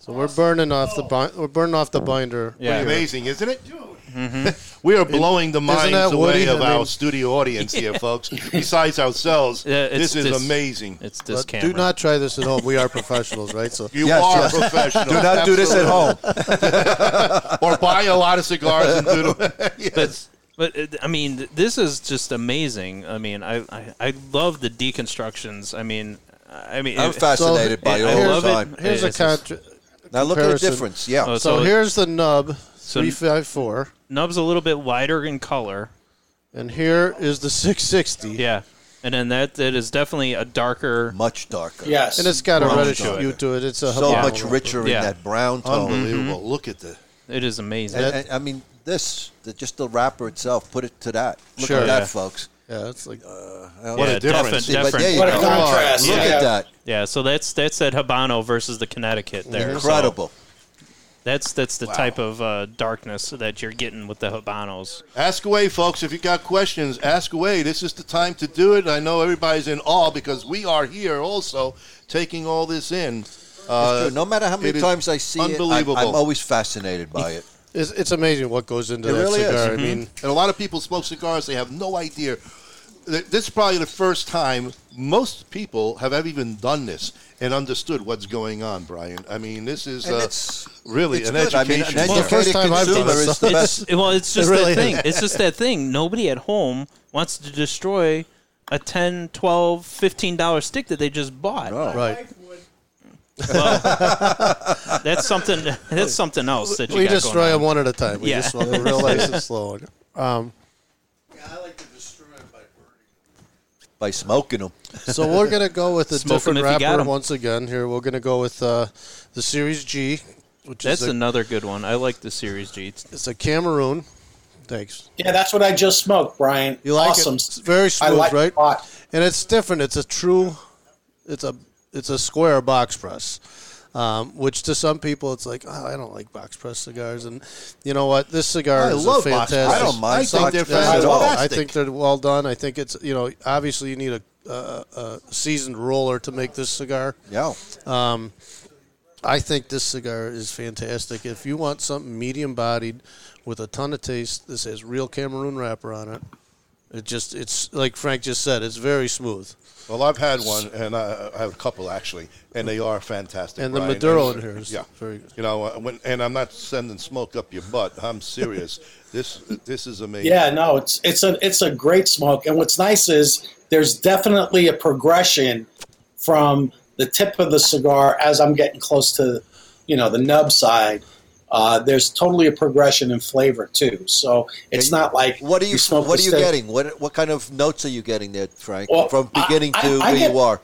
so we're burning off the bi- we're burning off the binder.
Mm-hmm. yeah. Mm-hmm.
Amazing, isn't it? (laughs) We are blowing the minds
that
away
Woody?
of
I
our
mean-
studio audience
(laughs)
here, folks. Besides ourselves,
Yeah, it's
this is
dis-
amazing.
It's this
But
camera.
do not try this at home. We are professionals, right? So
You
Yes,
are
yes.
professional.
Do not do this at home.
(laughs) or buy a lot of cigars and do them.
(laughs)
yes.
But it- I mean, th- this is just amazing. I mean, I, I, I love the deconstructions. I mean, I mean,
I'm
it-
fascinated by
it-
it
I
all
love
the
it.
time.
here's a
It's just-
contra-
Now look at the
comparison.
difference. Yeah,
Oh,
So
So-
here's the nub
So-
three five four,
nub's a little bit lighter in color.
and here is the six sixty.
Yeah, and then that that is definitely a darker.
much darker.
Yes.
And it's got a
Brown
reddish
sugar.
hue to it. It's a Mm-hmm.
so
Habano
much
wrapper.
richer
Yeah.
in that brown tone.
Unbelievable. Look at the.
It is amazing.
And, and- I mean, this the, just the wrapper itself. Put it to that. Look
Sure.
at that,
Yeah.
folks.
Yeah, it's like
What
yeah,
a difference.
defi-
See, but
different.
there you
what a
go.
contrast.
Look
yeah.
at that.
Yeah, so that's that's that Habano versus the Connecticut there. So
Incredible.
that's that's the type of uh, darkness that you're getting with the Habanos.
Ask away, folks. If you got questions, ask away. This is the time to do it. I know everybody's in awe because we are here also taking all this in.
Uh,
Uh,
Dude, no matter how
it
many
is
times I see it, I,
unbelievable.
I'm always fascinated by it.
it's, it's amazing what goes into
It
that
really is.
cigar.
Mm-hmm.
I mean,
Mm-hmm. And a lot of people smoke cigars, they have no idea. Th- This is probably the first time most people have ever even done this and understood what's going on, Brian. I mean, this is
And
uh,
it's-
really
it's
an
good. I mean,
education.
an
Well, the first
educated
time I've done
consumer
it,
is the
It's-
best.
well,
(laughs)
it's just
really
that thing.
is.
It's just that thing. Nobody at home wants to destroy a 10 12 15 dollar stick that they just bought
Oh, right.
(laughs) that's something that's something else that you
We
got
destroy
going
them
on.
one at a time. We
Yeah.
just want to
(laughs)
realize it's slow. Um,
By smoking
(laughs)
them.
So we're gonna go with a
Smoke 'em
different
if you got
wrapper
'em.
once again. Here we're gonna go with uh, the Series G, which
That's
is a,
another good one. I like the Series G. It's-
it's a Cameroon. Thanks.
Yeah, that's what I just smoked, Brian.
You like
awesome.
it? It's very
I
smooth,
like
right?
it a lot.
And it's different. It's a true. It's a it's a square box press, um, which to some people it's like oh, I don't like box press cigars, and you know what? This cigar
I
is
love
a
box
fantastic.
press.
I don't mind
I think
box
they're
press
I
at
don't-
all.
I think they're well done. I think it's you know obviously you need a, a, a seasoned roller to make this cigar. Um,
Yeah.
I think this cigar is fantastic. If you want something medium bodied with a ton of taste, this has real Cameroon wrapper on it. It just it's like Frank just said, it's very smooth.
Well, I've had one, and
uh,
I, I have a couple actually, and they are fantastic.
And the
Brian.
Maduro
And-
in here is
yeah,
very good.
You know, uh, when, and I'm not sending smoke up your butt. I'm serious. (laughs) this this is amazing.
Yeah, no, it's it's a it's a great smoke. And what's nice is there's definitely a progression from the tip of the cigar as I'm getting close to, you know, the nub side. Uh, there's totally a progression in flavor too. So it's not like
What are you,
smoke
What
the
are you
stick.
getting? What What kind of notes are you getting there, Frank?
Well,
From
I-
beginning
I-
to
I
where
get-
you are.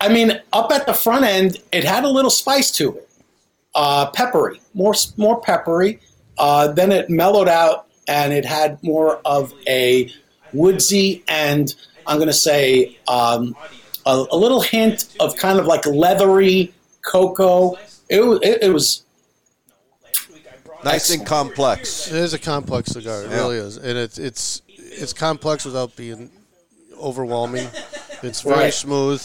I mean, up at the front end, it had a little spice to it, uh, peppery, more more peppery. Uh, then it mellowed out, and it had more of a woodsy and I'm going to say um, a, a little hint of kind of like leathery cocoa. It, wa- it, it was
Nice and complex.
It is a complex cigar. It really is, and it's it's it's complex without being overwhelming. It's very
Right.
smooth.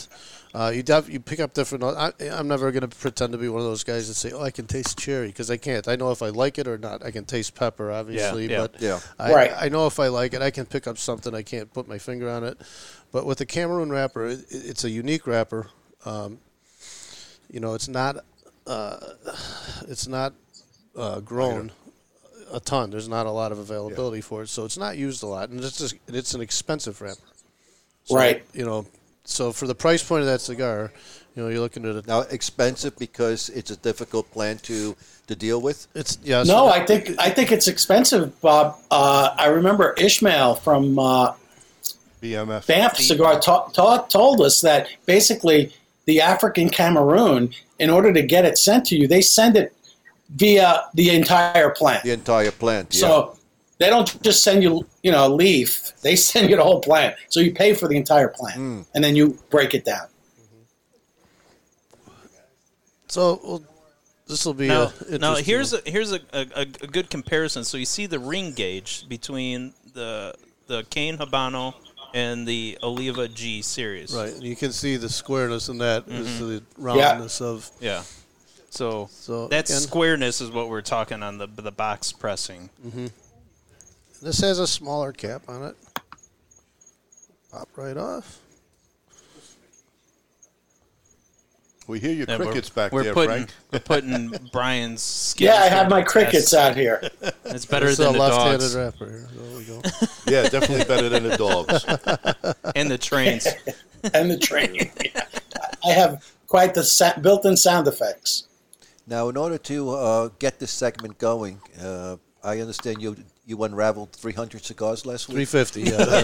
Uh, you def- you pick up different. I, I'm never going to pretend to be one of those guys that say, "Oh, I can taste cherry," because I can't. I know if I like it or not. I can taste pepper, obviously,
yeah.
but
Yeah.
I,
Right.
I know if I like it. I can pick up something. I can't put my finger on it. But with the Cameroon wrapper, it, it's a unique wrapper. Um, you know, it's not uh, it's not uh, grown a ton. There's not a lot of availability for it, so it's not used a lot, and it's just, it's an expensive wrapper.
right.
You know, so for the price point of that cigar, you know, you're looking at it.
Now expensive because it's a difficult plant to to deal with.
It's yes.
No, I think I think it's expensive, Bob. Uh, I remember Ishmael from uh,
BMF.
Banff Cigar ta- ta- told us that basically the African Cameroon, in order to get it sent to you, they send it via the entire plant.
The entire plant. Yeah.
So they don't just send you, you know, a leaf. They (laughs) send you the whole plant. So you pay for the entire plant,
Mm.
and then you break it down.
So well, this will be
Now,
a,
now here's a, here's a, a, a a good comparison. So you see the ring gauge between the the Cane Habano and the Oliva G series.
right. You can see the squareness in that is
Mm-hmm.
the
Yeah.
roundness of
Yeah. So,
So,
that
again-
squareness is what we're talking on the the box pressing.
Mm-hmm. This has a smaller cap on it. Pop right off.
We hear your
Yeah,
crickets
we're,
back
we're
there,
putting,
Frank. (laughs)
We're putting Brian's skills.
Yeah, I have
to
my
the
crickets
test.
out here.
(laughs) It's better
It's a
than the
left-handed
dogs
wrapper. Here. There
(laughs)
we go.
Yeah, definitely better than the dogs.
(laughs)
and the trains.
(laughs) and the training. I have quite the sa- built-in sound effects.
Now, in order to uh, get this segment going, uh, I understand you you unraveled 300 cigars last week.
350. Yeah. (laughs)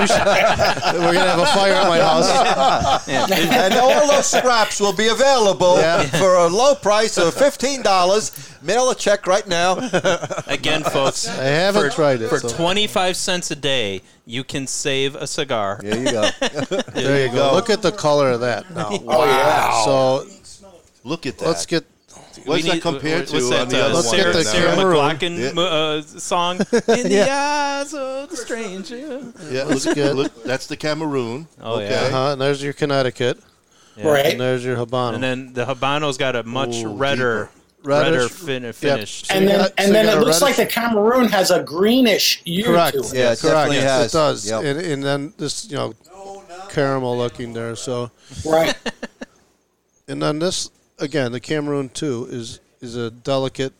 You should- (laughs) we're gonna have a fire at my house.
(laughs) and all those scraps will be available for a low price of $15. Mail a check right
(laughs)
now.
Again, folks,
I haven't tried it.
for
so-
twenty five cents a day, you can save a cigar. (laughs)
There you go.
there you go. Look at the color of that. Now.
Oh yeah.
So
Look at that.
let's get
What's
We
that
need-
compared
what's
to
that,
on the
uh,
other one?
Sarah,
Let's get the
Sarah
camera roll.
McLachlan
Yeah.
m- uh, song
(laughs)
in the uh, eyes of the stranger.
Yeah,
Let's
look,
get-
look, that's the Cameroon.
Oh, yeah.
okay.
uh-huh, and there's your Connecticut,
Right.
and there's your Habano.
And then the Habano's got a much redder, redder
Reddish-
fin- finish.
So
and
you
then,
got- so
and
you
then
got
it
a
looks like
reddish-
the Cameroon has a greenish hue
Correct.
to it.
Yeah, it
Correct.
definitely has.
It does.
Yep.
And, and then this, you know, caramel looking there. So,
Right.
(laughs) and then this again, the Cameroon too is is a delicate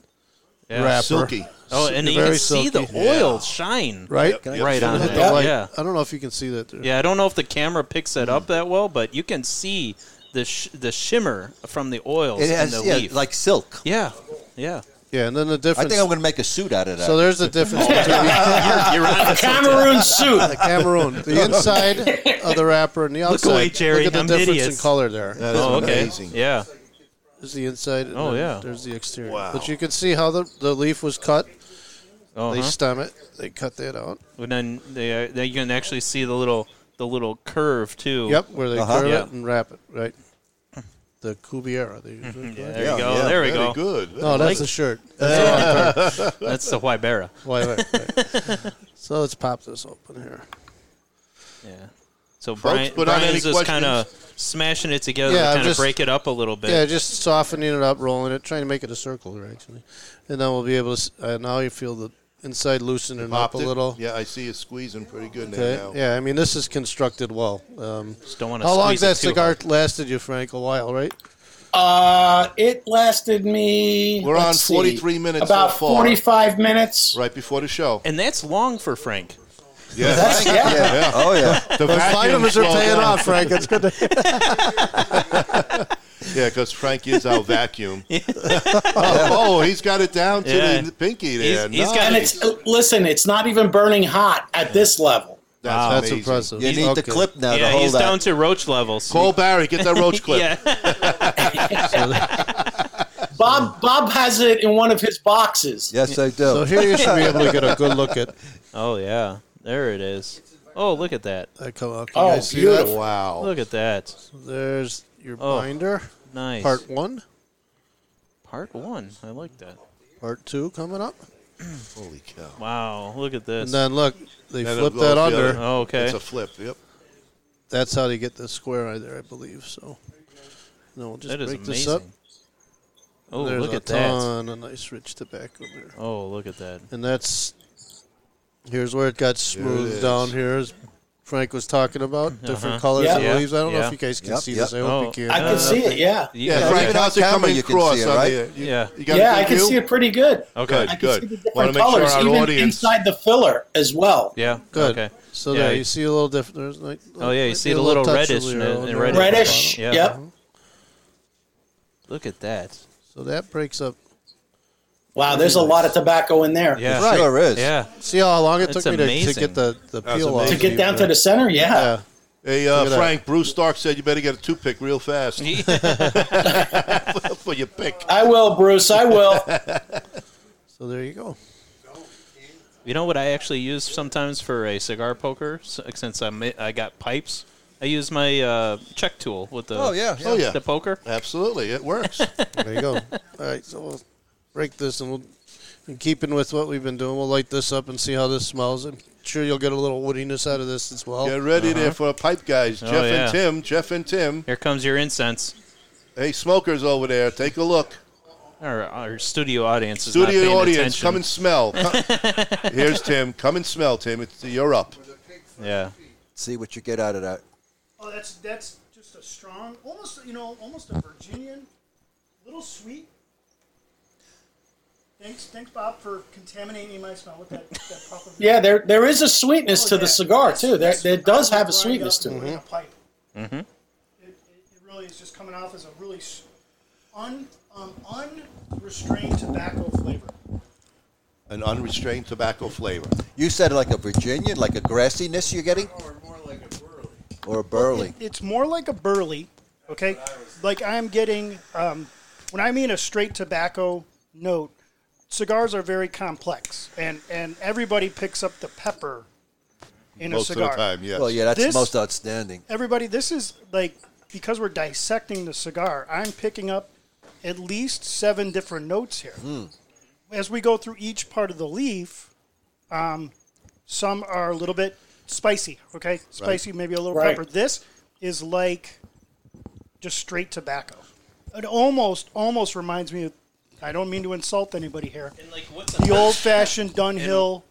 Yeah.
wrapper.
Silky.
Oh, and you
Very
can see the
silky.
oil shine
right?
Can I-
right on
Look
it.
at the light.
Yeah.
I don't know if you can see that. There.
Yeah, I don't know if the camera picks that up that well, but you can see the sh- the shimmer from the oils
It
in
has,
the
yeah,
leaf.
like silk.
yeah, yeah.
Yeah, and then the
I
difference.
think I'm going to make a suit out of that.
so there's
(laughs)
the difference
(laughs)
between (laughs)
You're on to something.
Cameroon suit.
the Cameroon, the inside of the wrapper and the outside.
away, Jerry,
Look at the
I'm
difference
hideous.
in color there.
That is
Oh, okay.
amazing.
Yeah,
There's the inside. And
Oh,
then
yeah.
There's the exterior.
Wow.
But you can see how the, the leaf was cut. They
uh-huh.
stem it. They cut that out.
and then they, uh, they you can actually see the little the little curve too.
Yep, where they
Uh-huh.
curve
Yeah.
it and wrap it. Right. The Cubiera. They usually call it.
Mm-hmm. There
Yeah,
we go.
yeah,
there we
very
go.
good.
No, that's
like-
a shirt.
(laughs) That's the Huibera.
Why, why,
(laughs)
why. so let's pop this open here.
Yeah. So Brian,
put on
Brian's
any
just kind of smashing it together
Yeah,
to
I'm
kind of
just-
break it up a little bit.
Yeah, just softening it up, rolling it, trying to make it a circle here, actually. And then we'll be able to. s- Uh, now you feel the inside loosening up a
Popped it.
little.
Yeah, I see it squeezing pretty good
Okay.
now.
Yeah, I mean, this is constructed well. Um,
just don't want to.
how
squeeze
long's that
it too
cigar
hard.
lasted you, Frank? A while, right?
Uh, it lasted me.
We're on
let's see,
43 minutes
About
so far.
45 minutes.
Right before the show.
And that's long for Frank.
Yeah.
Yeah.
yeah.
oh, yeah.
The
Vitamins are
slowed
paying
down.
off, Frank. It's good. To-
(laughs)
(laughs)
Yeah, because Frank is
(laughs)
our vacuum. (laughs) oh, he's got it down to
Yeah.
the pinky there.
He's- he's
nice.
got
And it's uh, listen, it's not even burning hot at this level.
That's,
That's
amazing.
impressive.
You need the
Okay.
clip now to
yeah,
hold
he's
that.
down to roach levels.
Cole Barry, get that roach clip.
(laughs) yeah.
Bob Bob has it in one of his boxes.
yes, I do.
So here you should be able to get a good look at.
(laughs) Oh yeah, there it is. Oh look at that!
I come out. Can you
Oh,
guys see that?
beautiful.
Wow.
Look at that.
There's your
Oh.
binder,
Nice.
part one,
Part one. I like that.
part two coming up,
Holy cow.
Wow. Look at
and
this.
then look, they
Then
flip
it'll go
that
up the
under.
other-
Oh, okay.
It's a flip. Yep.
That's how they get the square eye there, I believe. So, no, we'll just
that is
break
amazing.
this up.
Oh
There's
look
a
at that.
ton of nice rich tobacco there.
Oh look at that.
And that's here's where it got smoothed
is.
down here, as Frank was talking about different colors
Yeah.
of
Uh-huh. Yeah.
leaves. I don't know
Yeah.
if you guys can
Yep.
see
Yep.
this. I hope
Oh.
you can.
I can see it, yeah.
You-
Yeah, Frank,
even on
how's it
camera
coming
you can
across
see it,
on
right?
the- you-
Yeah.
You got
Yeah, I
good
can
view?
see it pretty good.
Okay.
I can
Good.
see the
Wanna
different
make sure
colors,
our
even
audience-
inside the filler as well.
Yeah.
Good.
Okay.
So
yeah,
there, you see a little different. There's like
Oh, yeah, you see
maybe
the little
touch
reddish
of
and-
yellow
and
there.
reddish.
Reddish.
Yeah.
Yep.
Look at that.
So that breaks up.
Wow, there's a lot of tobacco in there.
Yeah.
It sure is.
Yeah.
See how long it
That's
took me to, to
amazing.
get the the
That's
peel off.
amazing.
To get down to the center, yeah.
yeah.
Hey, uh,
Look at that.
Frank, Bruce Stark said you better get a toothpick
(laughs)
real fast (laughs) for your pick.
I will, Bruce. I will.
(laughs) So there you go.
You know what I actually use sometimes for a cigar poker? S- Since I mi- I got pipes, I use my uh, check tool with the
Oh, yeah,
Oh, yeah.
the poker.
Absolutely.
(laughs)
It works.
There you go. All right, so we'll break this and we'll, in keeping with what we've been doing, we'll light this up and see how this smells. I'm sure you'll get a little woodiness out of this as well.
Get ready
Uh-huh.
there for pipe guys.
Oh,
Jeff and
yeah.
Tim. Jeff and Tim.
Here comes your incense.
Hey, smokers over there, take a look.
Our, our studio audience is not
Studio
paying
audience,
attention.
come and smell.
(laughs)
Co- Here's Tim. Come and smell, Tim. It's, you're up.
yeah,
See what you get out of that.
Oh, that's that's just a strong, almost you know, almost a Virginian, little sweet. Thanks, thanks, Bob, for contaminating my smell with that, that (laughs) puff of.
Yeah, there there is a sweetness
Oh,
to
yeah.
the cigar
That's-
too. There,
that's
there
what
does
I
have a
grind
sweetness
up
to it.
with
Mm-hmm.
a pipe. It, it, it really is just coming off as a really s- un, um, unrestrained tobacco flavor.
An unrestrained tobacco flavor.
You said like a Virginian, like a grassiness you're getting? Or more like a burley. Or a burley.
It- it's more like a burley, okay? Like I'm getting, um, when I mean a straight tobacco note, cigars are very complex, and, and everybody picks up the pepper in
Most
a
of the
cigar.
time, yes.
Well, yeah, that's
This-
most outstanding.
Everybody, this is like, because we're dissecting the cigar, I'm picking up at least seven different notes here.
Hmm.
As we go through each part of the leaf, um, some are a little bit spicy, okay? Spicy, maybe a little
Right.
pepper. This is like just straight tobacco. It almost, almost reminds me of, I don't mean to insult anybody here,
and like what's
the old
(laughs)
fashioned Dunhill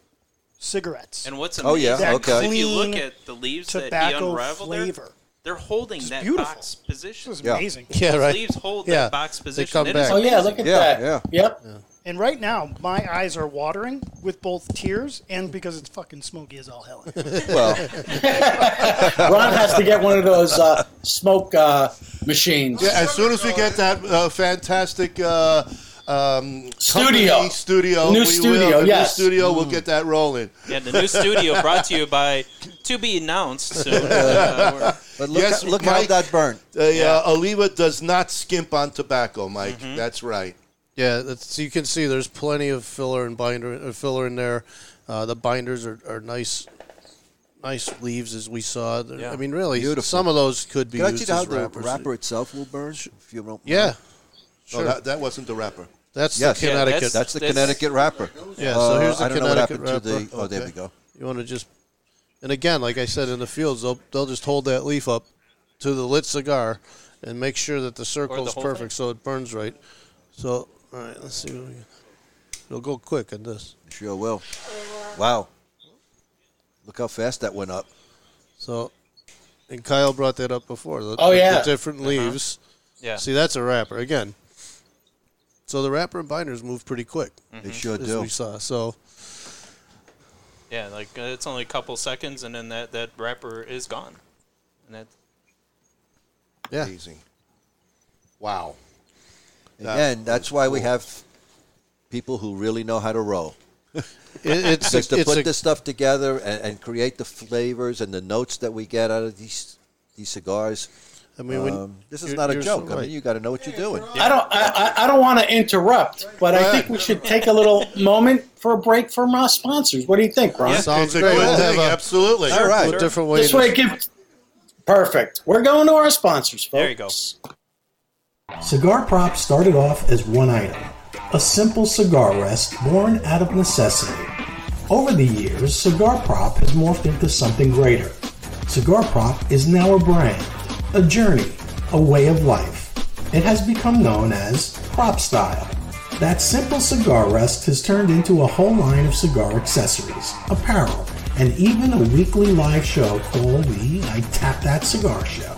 cigarettes.
And what's
Oh, yeah,
amazing
okay.
is if you look
Clean
at the leaves that he
tobacco
unraveled, there,
flavor.
they're holding that
beautiful. This
box position.
is
Yeah.
amazing.
(laughs) Yeah,
Those
right.
leaves hold
Yeah.
that box
They
position.
come
It is
back.
Oh yeah, look at
Yeah,
that.
yeah.
Yep.
And right now, my eyes are watering with both tears and because it's fucking smoky as all
(laughs)
hell.
Well,
(laughs) Ron has to get one of those uh, smoke uh, machines.
Yeah, as soon as we get that uh, fantastic uh, um,
Studio.
company studio,
New
we
studio,
will, the
yes.
new studio, we'll get that rolling.
Yeah, the new studio brought to you by to be announced soon.
(laughs)
Uh, we're-
(laughs) but look,
Yes,
how- look
Mike.
how that burned.
The uh, Oliva does not skimp on tobacco, Mike.
Mm-hmm.
That's right.
Yeah, that's, you can see there's plenty of filler and binder uh, filler in there. Uh, the binders are, are nice, nice leaves as we saw. They're-
Yeah.
I mean, really,
Beautiful.
some of those could be
Can I tell
used
you how
as
the
wrappers.
wrapper itself will burn? If you don't
Yeah, Oh,
No, that, that wasn't the wrapper.
that's
Yes.
the
Yeah,
Connecticut.
That's the
That's-
Connecticut wrapper. Uh,
Yeah, so here's the
I don't
Connecticut
know what happened to the.
wrapper.
Oh, there we
Okay.
go.
You want to just, and again, like I said, in the fields, they'll they'll just hold that leaf up to the lit cigar and make sure that the circle's
whole
perfect so it burns right. So, all right, let's see. What we, it'll go quick on this.
Sure will. Wow. Look how fast that went up.
So, and Kyle brought that up before. The,
Oh,
the-
yeah.
the
Uh-huh.
different leaves.
Uh-huh. yeah.
See, that's a wrapper again. So the wrapper and binders move pretty quick,
They sure
as
do.
we saw. So
Yeah, like uh, it's only a couple seconds, and then that that wrapper is gone. And that
yeah,
Amazing. Wow.
Again, that's why we have people who really know how to roll.
(laughs) it, it's
Because to
it's
put
a-
this stuff together and, and create the flavors and the notes that we get out of these these cigars.
I mean, when,
Um, this is
you're-
not a
you're so
joke. I
right.
mean, you got to know what you're doing.
I don't. I, I I don't want to interrupt, but I think we should take a little moment for a break from our sponsors. What do you think, Ron?
Sounds
it's a
great.
good
We'll have
thing.
a-
Absolutely.
All right.
a different way.
This
to-
way, it gives perfect. We're going to our sponsors. Folks.
There you go.
Cigar Prop started off as one item, a simple cigar rest born out of necessity. Over the years, Cigar Prop has morphed into something greater. Cigar Prop is now a brand, a journey, a way of life. It has become known as Prop Style. That simple cigar rest has turned into a whole line of cigar accessories, apparel, and even a weekly live show called the I Tap That Cigar Show.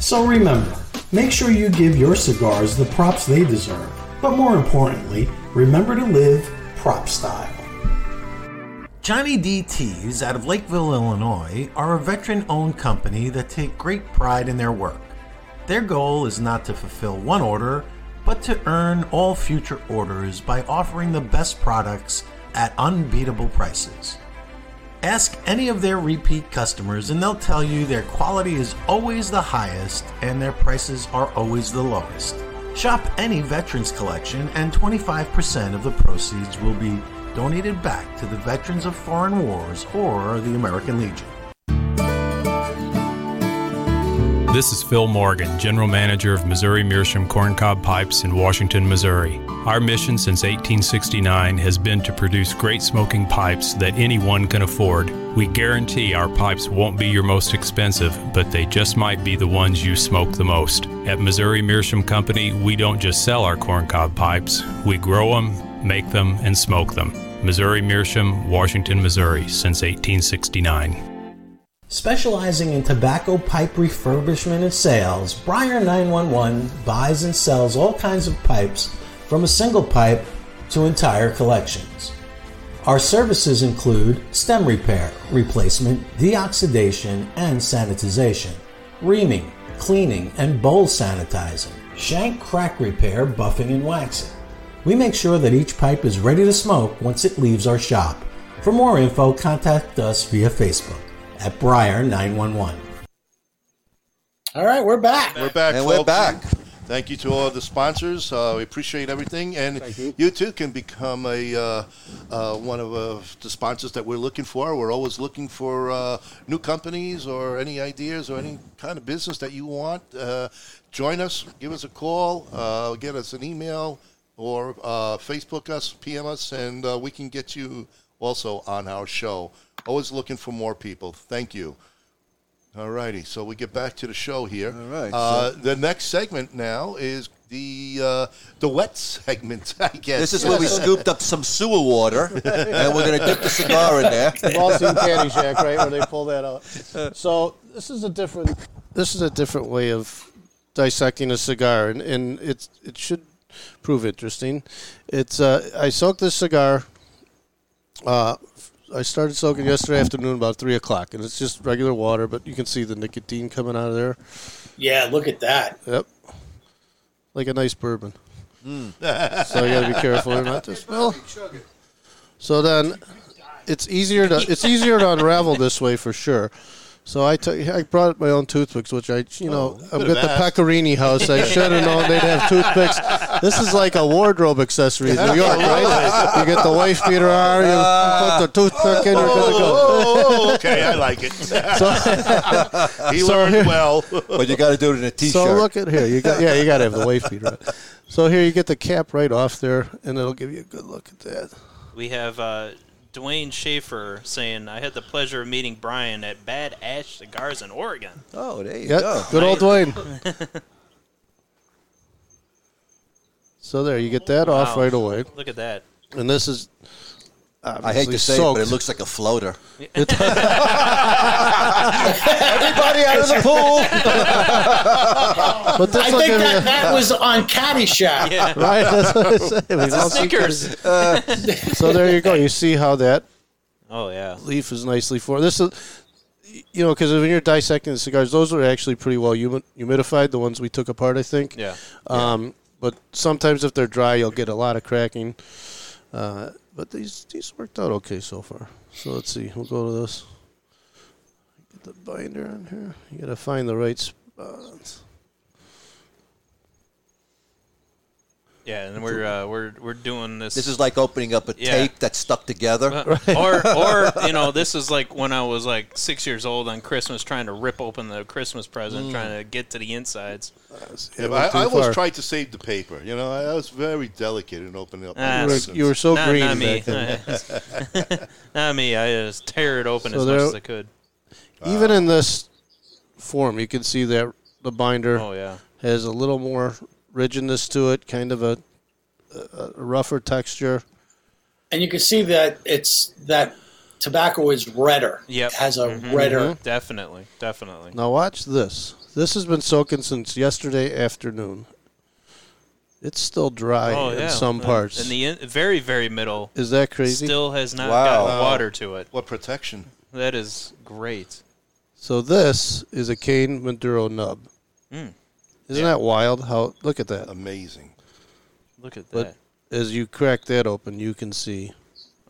So remember, make sure you give your cigars the props they deserve. But more importantly, remember to live prop style. Johnny D. Tees out of Lakeville, Illinois, are a veteran owned company that take great pride in their work. Their goal is not to fulfill one order, but to earn all future orders by offering the best products at unbeatable prices. Ask any of their repeat customers, and they'll tell you their quality is always the highest and their prices are always the lowest. Shop any Veterans Collection, and 25% of the proceeds will be donated back to the Veterans of Foreign Wars or the American Legion.
This is Phil Morgan, General Manager of Missouri Meerschaum Corncob Pipes in Washington, Missouri. Our mission since 1869 has been to produce great smoking pipes that anyone can afford. We guarantee our pipes won't be your most expensive, but they just might be the ones you smoke the most. At Missouri Meerschaum Company, we don't just sell our corncob pipes, we grow them, make them, and smoke them. Missouri Meerschaum, Washington, Missouri, since 1869.
Specializing in tobacco pipe refurbishment and sales, Briar 911 buys and sells all kinds of pipes from a single pipe to entire collections. Our services include stem repair, replacement, deoxidation, and sanitization, reaming, cleaning, and bowl sanitizing, shank crack repair, buffing, and waxing. We make sure that each pipe is ready to smoke once it leaves our shop. For more info, contact us via Facebook at Briar911.
All right, we're back.
We're back.
And we're
folks.
back.
Thank you to all the sponsors. Uh, we appreciate everything, and you. too can become a uh, uh, one of uh, the sponsors that we're looking for. We're always looking for uh, new companies or any ideas or any kind of business that you want. Uh, join us. Give us a call. Uh, get us an email or uh, Facebook us, PM us, and uh, we can get you also on our show. Always looking for more people. Thank you. All righty, so we get back to the show here. All
right,
Uh, the next segment now is the uh, the wet (laughs) segment, I guess.
This is where
(laughs)
we scooped up some sewer water, and we're going to dip the cigar in there.
We've all seen Caddyshack, right? Where they pull
(laughs)
that out. So this is a different. This is a different way of dissecting a cigar, and, and it's it should prove interesting. It's uh, I soaked this cigar. Uh, I started soaking yesterday afternoon about three o'clock, and it's just regular water, but you can see the nicotine coming out of there.
Yeah, look at that.
Yep, like a nice bourbon. so you got to be careful or not to spill. So then, it's easier to it's easier to unravel this way for sure. So I took I brought my own toothpicks, which I you know
Oh,
I'm at
could've
the
asked.
Pecorini house. I should have known they'd have toothpicks. This is like a wardrobe accessory in New York, right? You get the wife beater on, you put the toothpick in, you're good to go.
Oh, okay, I like
(laughs)
it. (laughs) he learned well. (laughs)
But you got to do it in a t-shirt.
So look at here. You got yeah, you got to have the wave beater. On. So here you get the cap right off there, and it'll give you a good look at that.
We have uh, Dwayne Schaefer saying, I had the pleasure of meeting Brian at Bad Ash Cigars in Oregon.
oh, there you
Yep,
go.
good old Dwayne.
(laughs)
so there, you get that off
Wow.
right away,
Look at that.
and this is.
I hate to say it, but it looks like a floater. Everybody out of the pool.
But this
I
will
think
give you
that, that was on Caddyshack.
(laughs) Yeah.
(laughs) right. That's what I said. We've all seen
Snickers.
it. uh, so there you go. You see how that
Oh, yeah.
leaf is nicely formed. This is, you know, because when you're dissecting the cigars, those are actually pretty well humi- humidified. The ones we took apart, I think.
Yeah.
Um, but sometimes if they're dry, you'll get a lot of cracking. Uh, but these these worked out okay so far. So let's see. We'll go to this. Get the binder on here. You gotta find the right spots.
Yeah, and we're uh, we're we're doing this.
(laughs) This is like opening up a
Yeah. Uh,
tape that's stuck together. (laughs)
or or you know, this is like when I was like six years old on Christmas, trying to rip open the Christmas present, trying to
Mm.
get to the insides.
I,
Yeah,
I
too
always
far.
tried to save the paper. You know, I was very delicate in opening up.
Ah,
You were, you were so (laughs)
not,
green
not me.
back then.
(laughs)
(laughs)
(laughs)
not me. I just tear it open
So
as much
there-
as I could.
Even in this form, you can see that the binder
Oh yeah.
has a little more rigidness to it, kind of a, a a rougher texture.
And you can see that it's that tobacco is redder.
Yep. Mm-hmm.
It has a
Mm-hmm.
redder.
Definitely, definitely.
Now watch this. This has been soaking since yesterday afternoon. It's still dry
oh
in
yeah.
some parts.
And the in, very very middle
Is that crazy?
still has not
Wow.
got water to it.
What protection?
That is great.
so this is a cane Maduro nub.
Mm.
Isn't that wild? How look at that.
Amazing.
Look at
But
that.
as you crack that open, you can see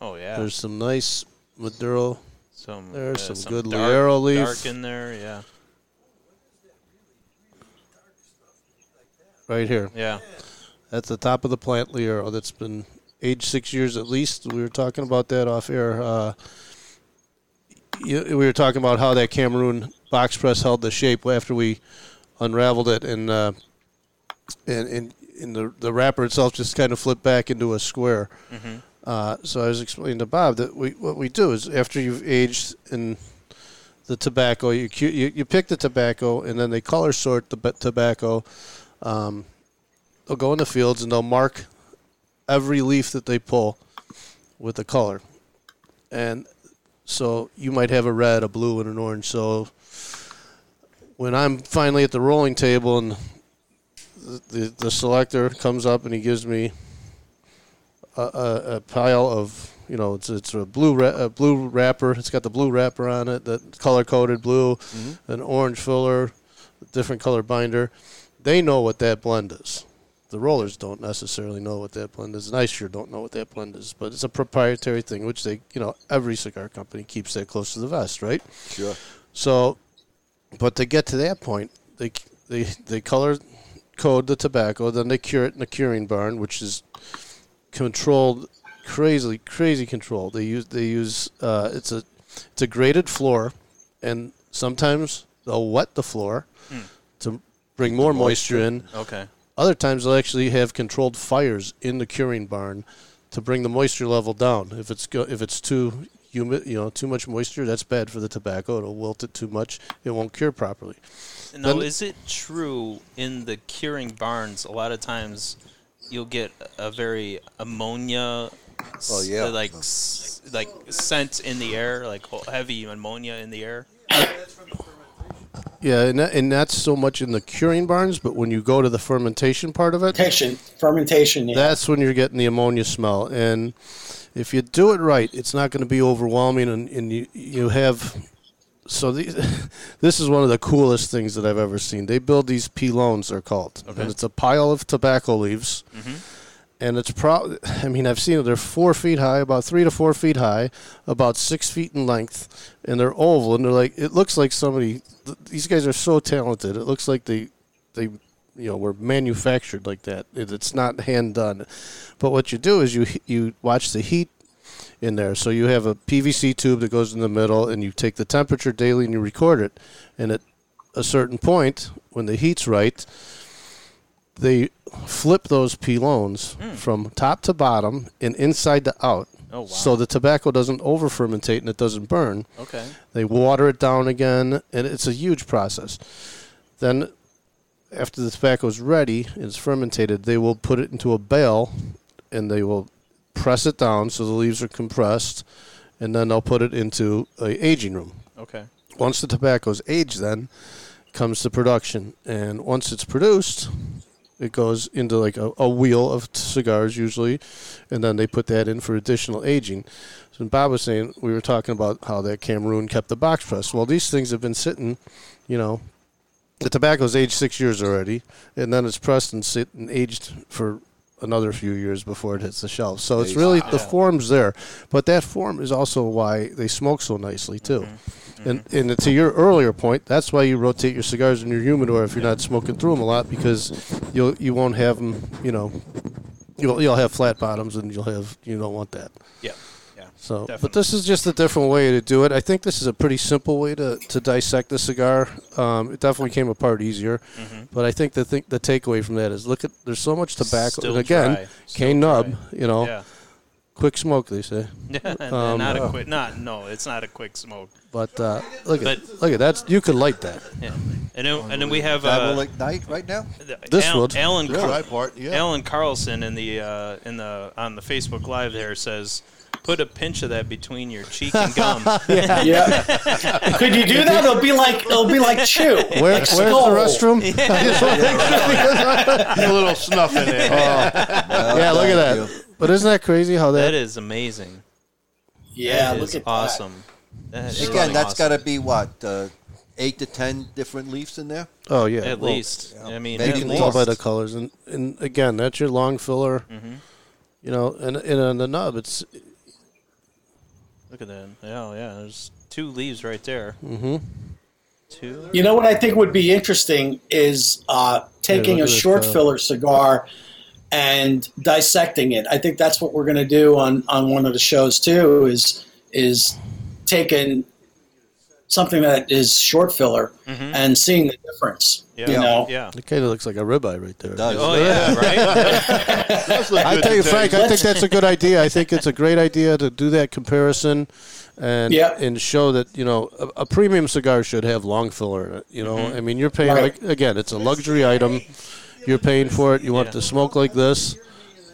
oh yeah.
there's some nice Maduro
Some
There's
uh,
some good
dark,
Liero leaf.
dark in there. Yeah,
right here.
yeah.
at the top of the plant Liero that's been aged six years at least. We were talking about that off air. Uh, you, we were talking about how that Cameroon box press held the shape after we unraveled it, and uh, and, and, and the, the wrapper itself just kind of flipped back into a square. Uh, so I was explaining to Bob that we, what we do is after you've aged in the tobacco, you, cu- you you pick the tobacco and then they color sort the b- tobacco Um, they'll go in the fields and they'll mark every leaf that they pull with a color. And so you might have a red, a blue, and an orange. So when I'm finally at the rolling table and the, the, the selector comes up and he gives me a, a, a pile of, you know, it's, it's a blue ra- a blue wrapper. It's got the blue wrapper on it, that color coded blue, an orange filler, different color binder. They know what that blend is the rollers don't necessarily know what that blend is, and I sure don't know what that blend is. But it's a proprietary thing, which they, you know, every cigar company keeps that close to the vest, right?
Sure.
So, but to get to that point, they they they color code the tobacco, then they cure it in a curing barn, which is controlled crazy crazy control. They use they use uh, it's a it's a graded floor, and sometimes they'll wet the floor Hmm. to bring more moisture in.
Okay.
Other times they'll actually have controlled fires in the curing barn to bring the moisture level down. If it's go, if it's too humid, you know, too much moisture, that's bad for the tobacco. It'll wilt it too much. It won't cure properly.
Now,
Then-
is it true in the curing barns? A lot of times, you'll get a very ammonia, s-
Oh, yeah.
like s- like scent in the air, like ho- heavy ammonia in the air. (laughs)
Yeah, and that, and not so much in the curing barns, but when you go to the fermentation part of it,
Fermentation, fermentation. Yeah.
that's when you're getting the ammonia smell. And if you do it right, it's not going to be overwhelming, and, and you you have. So these, this is one of the (laughs) coolest things that I've ever seen. They build these pilons, they're called, and it's a pile of tobacco leaves, and it's probably. I mean, I've seen it. They're four feet high, about three to four feet high, about six feet in length, and they're oval, and they're like it looks like somebody. th- These guys are so talented. It looks like they they you know were manufactured like that. It- It's not hand done, but what you do is you you watch the heat in there. So you have a PVC tube that goes in the middle, and you take the temperature daily and you record it. And at a certain point, when the heat's right, they flip those pilons from top to bottom and inside to out.
Hmm. Oh, wow.
So the tobacco doesn't over fermentate and it doesn't burn.
Okay.
They water it down again, and it's a huge process. Then, after the tobacco is ready and it's fermentated, they will put it into a bale, and they will press it down so the leaves are compressed, and then they'll put it into a aging room.
Okay.
Once the tobacco is aged, then comes to production, and once it's produced, it goes into like a, a wheel of t- cigars usually, and then they put that in for additional aging. So when Bob was saying we were talking about how that Cameroon kept the box press. Well, these things have been sitting, you know, the tobacco's aged six years already, and then it's pressed and sit and aged for another few years before it hits the shelf. So it's really the form's there, but that form is also why they smoke so nicely too.
Mm-hmm.
And and to your earlier point, that's why you rotate your cigars in your humidor if you're not smoking through them a lot because you'll you won't have them. You know, you'll you'll have flat bottoms and you'll have you don't want that.
Yeah. Yeah.
So, but
Definitely.
this is just a different way to do it. I think this is a pretty simple way to, to dissect the cigar. Um, it definitely came apart easier,
Mm-hmm.
but I think the thing, the takeaway from that is look at there's so much tobacco.
Still
and again,
dry. Still
K Nub,
dry.
you know,
Yeah.
quick smoke
(laughs)
they say. Um,
not a quick. Not no. It's not a quick smoke.
But uh, look at
But-
look at that. You could light that.
Yeah. And then, and then we have
That will
uh,
ignite right now.
This
Al-
would.
Alan Car-
Dry part, yeah.
Alan Carlson in the uh, in the on the Facebook Live there says, "Put a pinch of that between your cheek and
(laughs)
gum." (laughs)
yeah. Could you do that? It'll be like it'll be like chew.
Where,
like
where's the
skull.
restroom? I (laughs) just wanna make sure because-
a little snuff in
(laughs)
there.
Oh. yeah, look at
thank
that. But isn't that crazy how that?
that is amazing.
Yeah,
That
look
is
at
awesome. That is
Again,
really
that's
awesome.
got to be what uh, eight to ten different leafs in there.
oh yeah,
at
well,
least. I mean,
Maybe
at
You
more.
can
least. Mm-hmm.
tell by the colors, and, and again, that's your long filler. You know, and, and on the nub, it's
look at that. Yeah, yeah. There's two leaves right there. Mm-hmm. Two.
You know what I think would be interesting is uh, taking
look
a
at this,
short
uh,
filler cigar and dissecting it. I think that's what we're going to do on, on one of the shows too. Is is taking something that is short filler and seeing the difference.
Mm-hmm. Yeah.
You know,
Yeah.
It kind of looks like a ribeye right there.
Does.
Oh yeah. Right.
(laughs)
(laughs)
I tell you, Frank, I think that's a good idea. I think it's a great idea to do that comparison and
Yeah.
and show that you know a, a premium cigar should have long filler in it. You know, I mean, you're paying
Right.
like again, it's a luxury item. You're paying for it. You want it to smoke like this.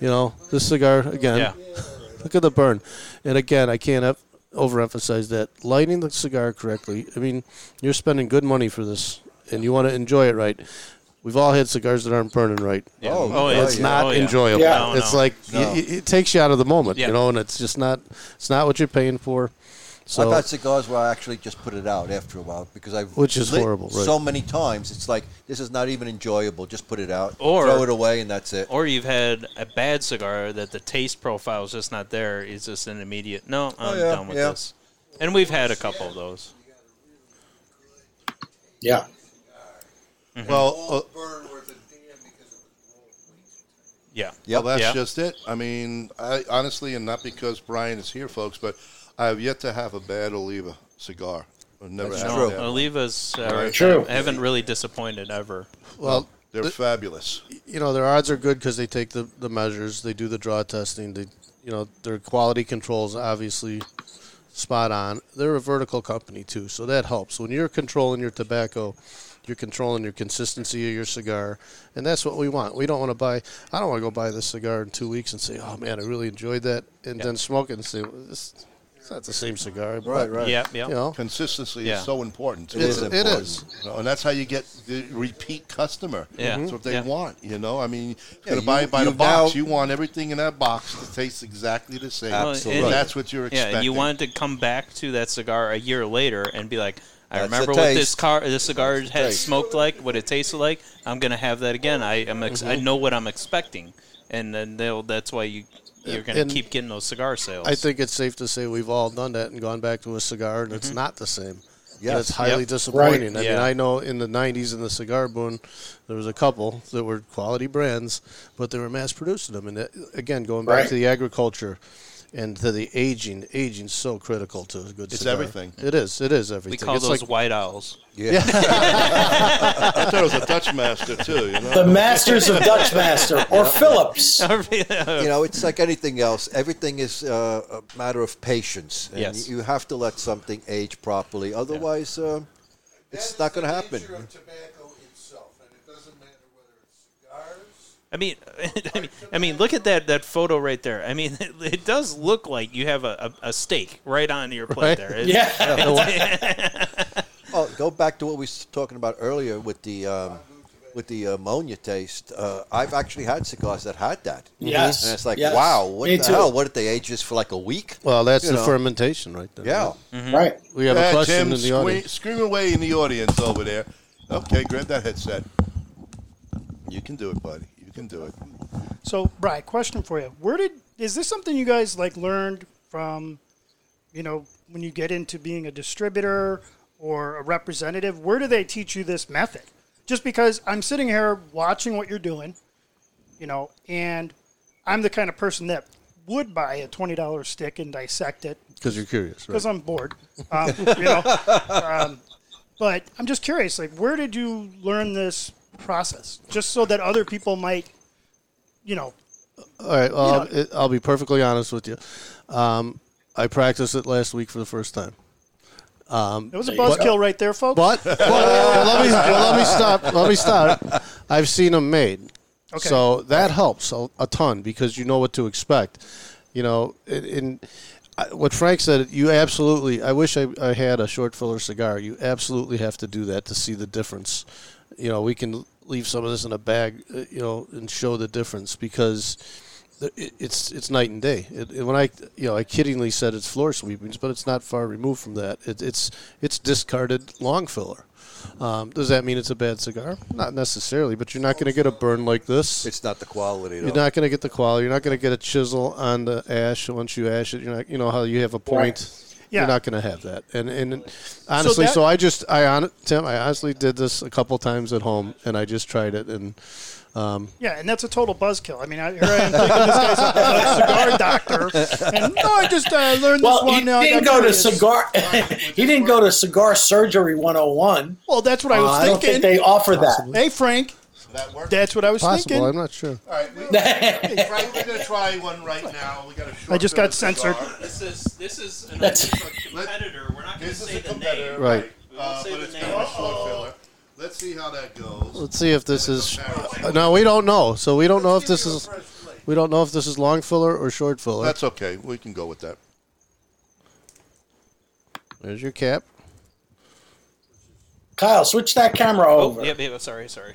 You know, this cigar again.
yeah.
(laughs) Look at the burn. And again, I can't up- overemphasize that lighting the cigar correctly. I mean, you're spending good money for this, and you want to enjoy it right. We've all had cigars that aren't burning right.
Oh,
oh,
it's
yeah.
not
Oh, yeah.
enjoyable.
Yeah.
No,
It's
no.
like
No.
y- y- it takes you out of the moment,
Yeah.
you know, and it's just not it's not what you're paying for. So
I've had cigars where I actually just put it out after a while because I've
Which is
lit
horrible, right.
So many times it's like this is not even enjoyable. Just put it out,
Or-
throw it away, and that's it.
Or you've had a bad cigar that the taste profile is just not there. It's just an immediate. No, I'm
yeah,
done with
yeah.
this. And we've had a couple of those.
yeah.
Mm-hmm.
Well, uh,
Yeah.
well, that's
Yeah.
just it. I mean, I honestly, and not because Brian is here, folks, but I have yet to have a bad Oliva cigar. I've never
That's
had
true.
that.
Oliva's uh,
Right.
True.
haven't really disappointed ever.
well,
They're fabulous.
you know, their odds are good because they take the, the measures, they do the draw testing, they you know, their quality controls obviously spot on. They're a vertical company too, so that helps. When you're controlling your tobacco, you're controlling your consistency of your cigar, and that's what we want. We don't want to buy. I don't want to go buy this cigar in two weeks and say, "Oh man, I really enjoyed that," and then smoke it and say, well, this, "It's not the same cigar."
right, right.
Yeah.
You
Yeah.
know,
Consistency
Yeah.
is so important.
it's,
is
it
important.
is.
You know, and that's how you get the repeat customer.
Yeah.
That's what they
Yeah.
want, you know? I mean,
Yeah,
you're going
you-
to buy it by the
you
box.
now-
you want everything in that box to taste exactly the same.
Well, Absolutely.
And that's what you're expecting.
Yeah, you wanted to come back to that cigar a year later and be like, I
That's the
remember what this
taste.
car, this cigar
the
had
taste."
smoked like, what it tasted like. I'm gonna have that again. I am, ex- I know what I'm expecting, and then they'll. That's why you, you're gonna
And-
keep getting those cigar sales.
I think it's safe to say we've all done that and gone back to a cigar, and it's not the same. Yeah,
Yes.
it's highly
Yep.
disappointing. I mean,
Yeah.
I know in the '90s in the cigar boom, there was a couple that were quality brands, but they were mass producing them. And that, again, going back
Right.
to the agriculture and to the aging, aging's so critical to a good.
It's
cigar.
everything.
It is. It is everything.
we call
it's
those
like
white owls.
(laughs)
(laughs) I thought it was a Dutch master, too, you know?
The Masters of Dutch Master or
(laughs)
Phillips.
You know, it's like anything else. Everything is uh, a matter of patience, and
Yes.
you have to let something age properly. Otherwise, uh, it's not going to happen.
I mean, (laughs) I mean, I mean, look at that that photo right there. I mean, (laughs) it, does look like you have a, a, a steak right on your plate
Right.
there. It's- (laughs)
Yeah.
Oh, go back to what we were talking about earlier with the um, with the ammonia taste. Uh, I've actually had cigars that had that.
Yes.
and it's like,
Yes.
wow, what
Me
the
too.
hell? What did they age this for? Like a week?
well, that's
you
the
know.
fermentation right there.
Yeah.
Mm-hmm.
Hmm.
Right.
we have a
That's
question in
him
the
sque-
audience.
scream away in the audience over there. Okay, grab that headset. You can do it, buddy. You can do it.
So, Brian, question for you: Where did is this something you guys like learned from? You know, when you get into being a distributor or a representative, where do they teach you this method? Just because I'm sitting here watching what you're doing, you know, and I'm the kind of person that would buy a twenty dollar stick and dissect it
because you're curious, right?
because I'm bored. Um, you know, um, but I'm just curious. Like, where did you learn this process? Just so that other people might, you know,
All right. um, Well,
You know-
I'll, I'll be perfectly honest with you. Um, I practiced it last week for the first time. Um,
It was a buzzkill right there, folks.
But, but- well, let, me, well, let me stop. Let me stop. I've seen them made.
Okay.
So that helps a, a ton because you know what to expect. You know, in, in I- what Frank said, you absolutely. I wish I, I had a short filler cigar. You absolutely have to do that to see the difference. You know, we can leave some of this in a bag. uh, You know, and show the difference because the- it- it's it's night and day. It, it- when I you know I kiddingly said it's floor sweepings, but it's not far removed from that. It, it's it's discarded long filler. Um, does that mean it's a bad cigar? Not necessarily, but you're not going to get a burn like this.
It's not the quality. Though.
you're not going to get the quality. You're not going to get a chisel on the ash once you ash it. You're not, you know how you have a point.
Yeah.
You're not going to have that. And and honestly, so,
that-
I just I on Tim, I honestly did this a couple times at home, and I just tried it, and um,
Yeah, and that's a total buzzkill. I mean, I, here I am thinking this guy's a, a cigar doctor, and no, I just uh, learned this
Well,
one.
he
now I
didn't
got
go to
curious."
cigar. (laughs) he didn't go to cigar surgery 101.
Well, that's what I
Uh,
was
I don't
thinking.
think they offer that.
hey, Frank,
That work?
that's what I was
possible.
thinking.
I'm not sure.
All right, we, hey, Frank, we're gonna try one right now. We got a short
I just
bit
got
of cigar.
censored.
This is this is an
That's-
competitor. We're not going to
This
say
is a
the
competitor,
name.
Right.
We won't
Uh,
say
but
the
it's
name.
kind of a short filler. Let's see how that goes.
Let's see if this is. No, we don't know. So we don't know if this is. We don't know if this is long filler or short filler.
That's okay. We can go with that.
There's your cap.
Kyle, switch that (laughs) camera over.
Oh, yep, yep. Sorry, sorry.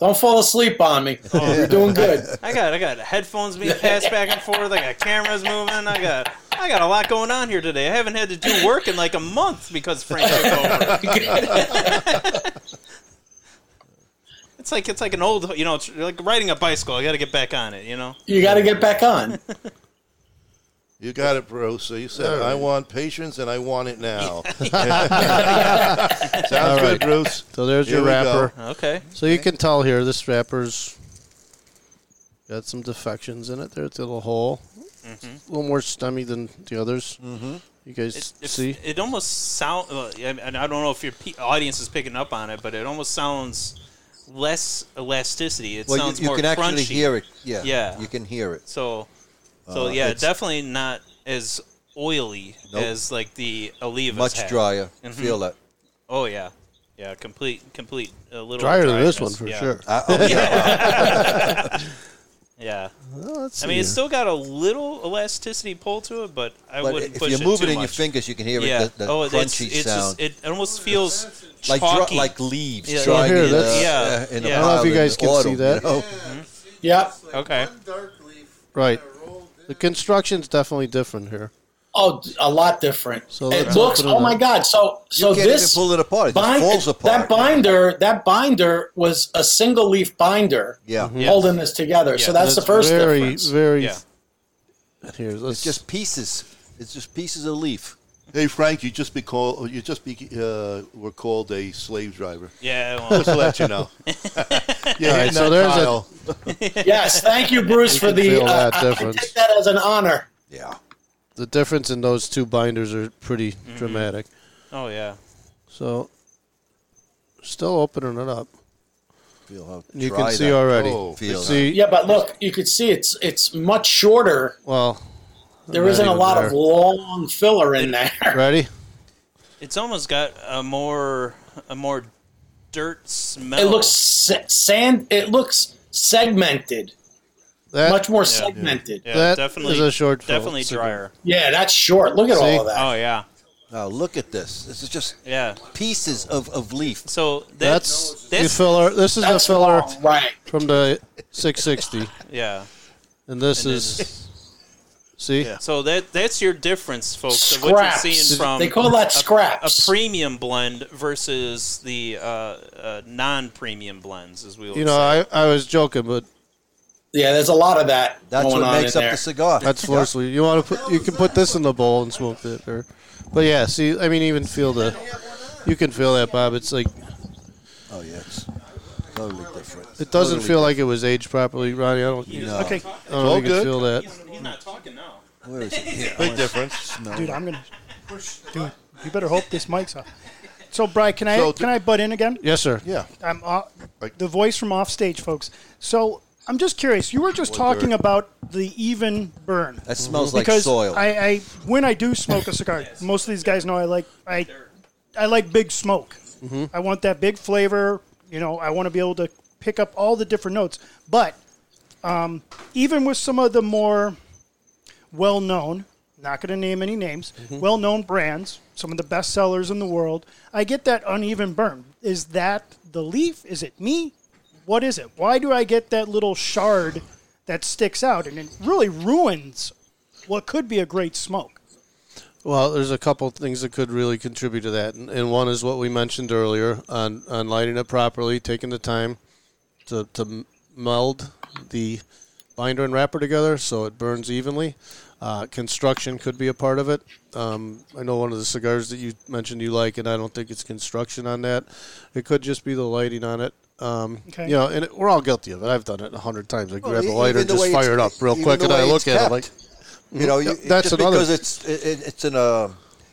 Don't fall asleep on me.
Oh.
You're doing good.
(laughs) I got I got headphones being passed back and forth. I got cameras moving. I got I got a lot going on here today. I haven't had to do work in like a month because Frank took over. (laughs) it's like it's like an old you know it's like riding a bicycle. I got to get back on it. You know.
You got to get back on.
You got it, Bruce. So you said, I want patience and I want it
(laughs)
now. (laughs) Sounds good, Bruce.
So there's
Here
your
we go.
wrapper.
Okay.
So you can tell here, this wrapper's got some defections in it. There's a little hole. It's
Mm-hmm.
a little more stemmy than the others. Mm-hmm. You guys
It, it,
see?
it almost sounds, and I don't know if your pe- audience is picking up on it, but it almost sounds less elasticity. It
Well,
sounds
you, you
more
can actually
crunchy.
hear it. Yeah,
Yeah.
you can hear it.
So, so
Uh,
yeah,
it's-
definitely not as oily
Nope.
as like the Olivas.
Much
had.
drier.
Mhm.
Feel that.
Oh yeah, yeah, complete, complete, a little
Drier than this one
dryness.
for
Yeah.
sure.
Uh, oh, yeah.
(laughs) Yeah,
Well, let's
I mean, it's
see.
still got a little elasticity pull to it, but I
but
wouldn't
if
push
you move
it, too
it, in your
much.
fingers, you can hear
yeah.
it. The, the
oh, it's,
crunchy
it's
sound.
just it almost feels
like dro-
chalky.
like leaves
Yeah.
Oh,
drying
Here,
in,
that's-
uh,
Yeah.
uh, in a
Yeah. I don't know
if
pile
you
in
guys can see
autumn, you
that.
know?
Yep.
okay.
Right. The construction's definitely different here.
Oh, d- a lot different.
So
it
let's
looks.
open it
Oh my
up.
God. So so
you can't
this
even pull it apart. It just
bind-
falls
That
apart.
binder. That binder was a single leaf binder.
Yeah.
Yeah.
Holding this together. So that's the first
very,
difference.
Very,
Yeah.
Here, let's
It's just pieces. It's just pieces of leaf.
Hey, Frank, you just be called. You just be uh, were called a slave driver.
Yeah.
Just
Well,
to let you
(laughs)
know. yeah.
right,
hitting that
so there's a-
pile.
yes. Thank you, Bruce, for the.
feel
Uh,
that
I- I
difference.
take that as an honor.
Yeah.
the difference in those two binders are pretty
Mm-hmm.
dramatic.
oh yeah.
So, still opening it up.
Feel how
And you
dry
can see
that
already.
Oh,
feels.
see,
Yeah, but look, you could see it's it's much shorter.
well,
There
not
isn't a
even
lot of
there.
long filler in there.
(laughs) ready?
It's almost got a more a more dirt smell.
It looks se- sand. It looks segmented,
That,
much more segmented.
yeah,
that
definitely
is a short fill.
definitely
It's a-
drier.
Yeah, that's short. Look at
See?
all of that.
Oh yeah,
Now look at this. This is just
yeah.
pieces of, of leaf.
So that,
That's,
that's
the filler. This is the
That's
filler
long, right?
from the 660,
yeah.
and this
And then
is see.
So that that's your difference, folks, of
Scraps.
what you're seeing from
they call that
a
scraps.
premium blend versus the uh, uh, non-premium blends, as we would
You know, I, I was joking, but
yeah, there's a lot of that
That's
going
what
on
makes
in
up
there.
the cigar. (laughs)
that's forceful. You want to put you can put this in the bowl and smoke it, or but yeah, see, I mean, even feel the you can feel that, Bob. It's like
Oh yes. Totally different.
it doesn't
Totally
feel like it was aged properly, Ronnie. I don't,
No.
Okay,
I don't know if you can
good.
feel that.
say. He's not talking now.
Where is it? Here,
(laughs) Big
I wanna
difference.
smell
dude,
it.
I'm gonna. Dude, you better hope this mic's up. So, Brian, can I
So-
can I butt in again?
Yes, sir.
Yeah.
I'm off,
Like-
the voice from off stage, folks. So I'm just curious. You were just talking about the even burn.
That smells like
because
soil.
I, I when I do smoke a cigar, most of these guys know I like I I like big smoke.
Mm-hmm.
I want that big flavor. You know, I want to be able to pick up all the different notes. But um, even with some of the more well known, not going to name any names,
Mm-hmm.
well known brands, some of the best sellers in the world, I get that uneven burn. Is that the leaf? Is it me? What is it? Why do I get that little shard that sticks out and it really ruins what could be a great smoke?
Well, there's a couple things that could really contribute to that, and, and one is what we mentioned earlier on, on lighting it properly, taking the time to, to m- meld the binder and wrapper together so it burns evenly. Uh, construction could be a part of it. Um, I know one of the cigars that you mentioned you like, and I don't think it's construction on that. It could just be the lighting on it. Um,
Okay.
You know, and it, we're all guilty of it. I've done it a hundred times. I
Well,
grab a
e-
lighter,
even the
just
way
fire it
it's-
up real
even
quick,
the
and I
way
look
it's
at it
kept.
like, "Mm,
You know, you,
that's
just
another-
because it's it, it's in a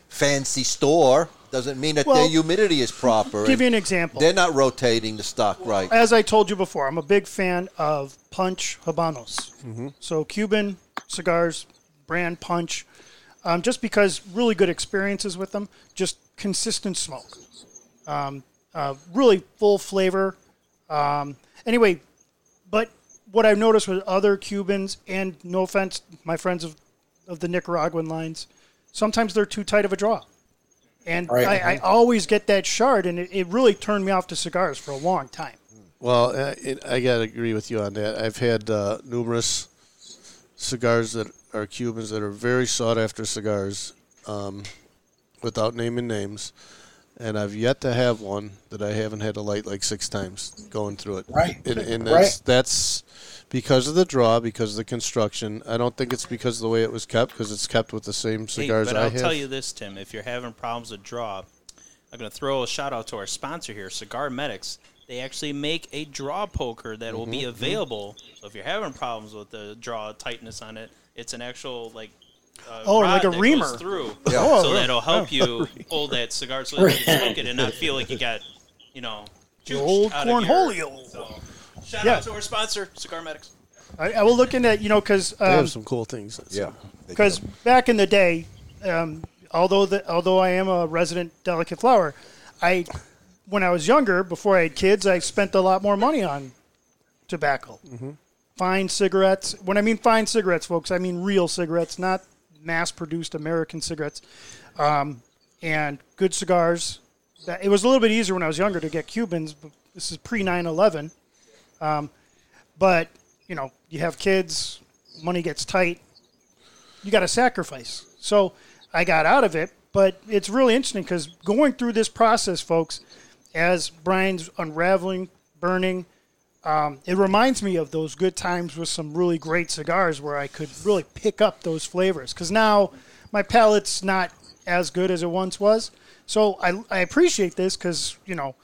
fancy store doesn't mean that
Well,
their humidity is proper.
Give you an
and
example.
They're not rotating the stock right.
As I told you before, I'm a big fan of Punch Habanos. So Cuban cigars, brand Punch, um, just because really good experiences with them, just consistent smoke, um, uh, really full flavor. Um, anyway, but what I've noticed with other Cubans, and no offense, my friends of, of the Nicaraguan lines, sometimes they're too tight of a draw. And
Right.
I, I always get that shard, and it, it really turned me off to cigars for a long time.
Well, I, it, I gotta agree with you on that. I've had uh, numerous cigars that are Cubans that are very sought after cigars, um, without naming names, and I've yet to have one that I haven't had a light like six times going through it.
Right.
and, and
Right.
that's that's because of the draw, because of the construction. I don't think it's because of the way it was kept, because it's kept with the same
Hey,
cigars
but
I
I'll
have.
tell you this, Tim. If you're having problems with draw, I'm going to throw a shout out to our sponsor here, Cigar Medics. They actually make a draw poker that will be available. So if you're having problems with the draw tightness on it, it's an actual like. Uh,
Oh, like
rod
a
that goes
reamer.
through.
Oh,
so that'll
(laughs)
help you hold that cigar so that you can smoke it and not feel like you got, you know,
(laughs) The old
out of your-
cornholio.
So, shout
Yeah.
out to our sponsor, Cigar Medics.
I, I will look into that, you know, um, because
they have some cool things.
Yeah.
because back in the day, um, although the, although I am a resident delicate flower, I when I was younger, before I had kids, I spent a lot more money on tobacco, fine cigarettes. When I mean fine cigarettes, folks, I mean real cigarettes, not mass-produced American cigarettes, um, and good cigars. That- It was a little bit easier when I was younger to get Cubans. But this is pre 9 11. But, you know, you have kids, money gets tight, you got to sacrifice. So I got out of it, but it's really interesting because going through this process, folks, as Brian's unraveling, burning, um, it reminds me of those good times with some really great cigars where I could really pick up those flavors. Because now my palate's not as good as it once was. So I, I appreciate this because, you know,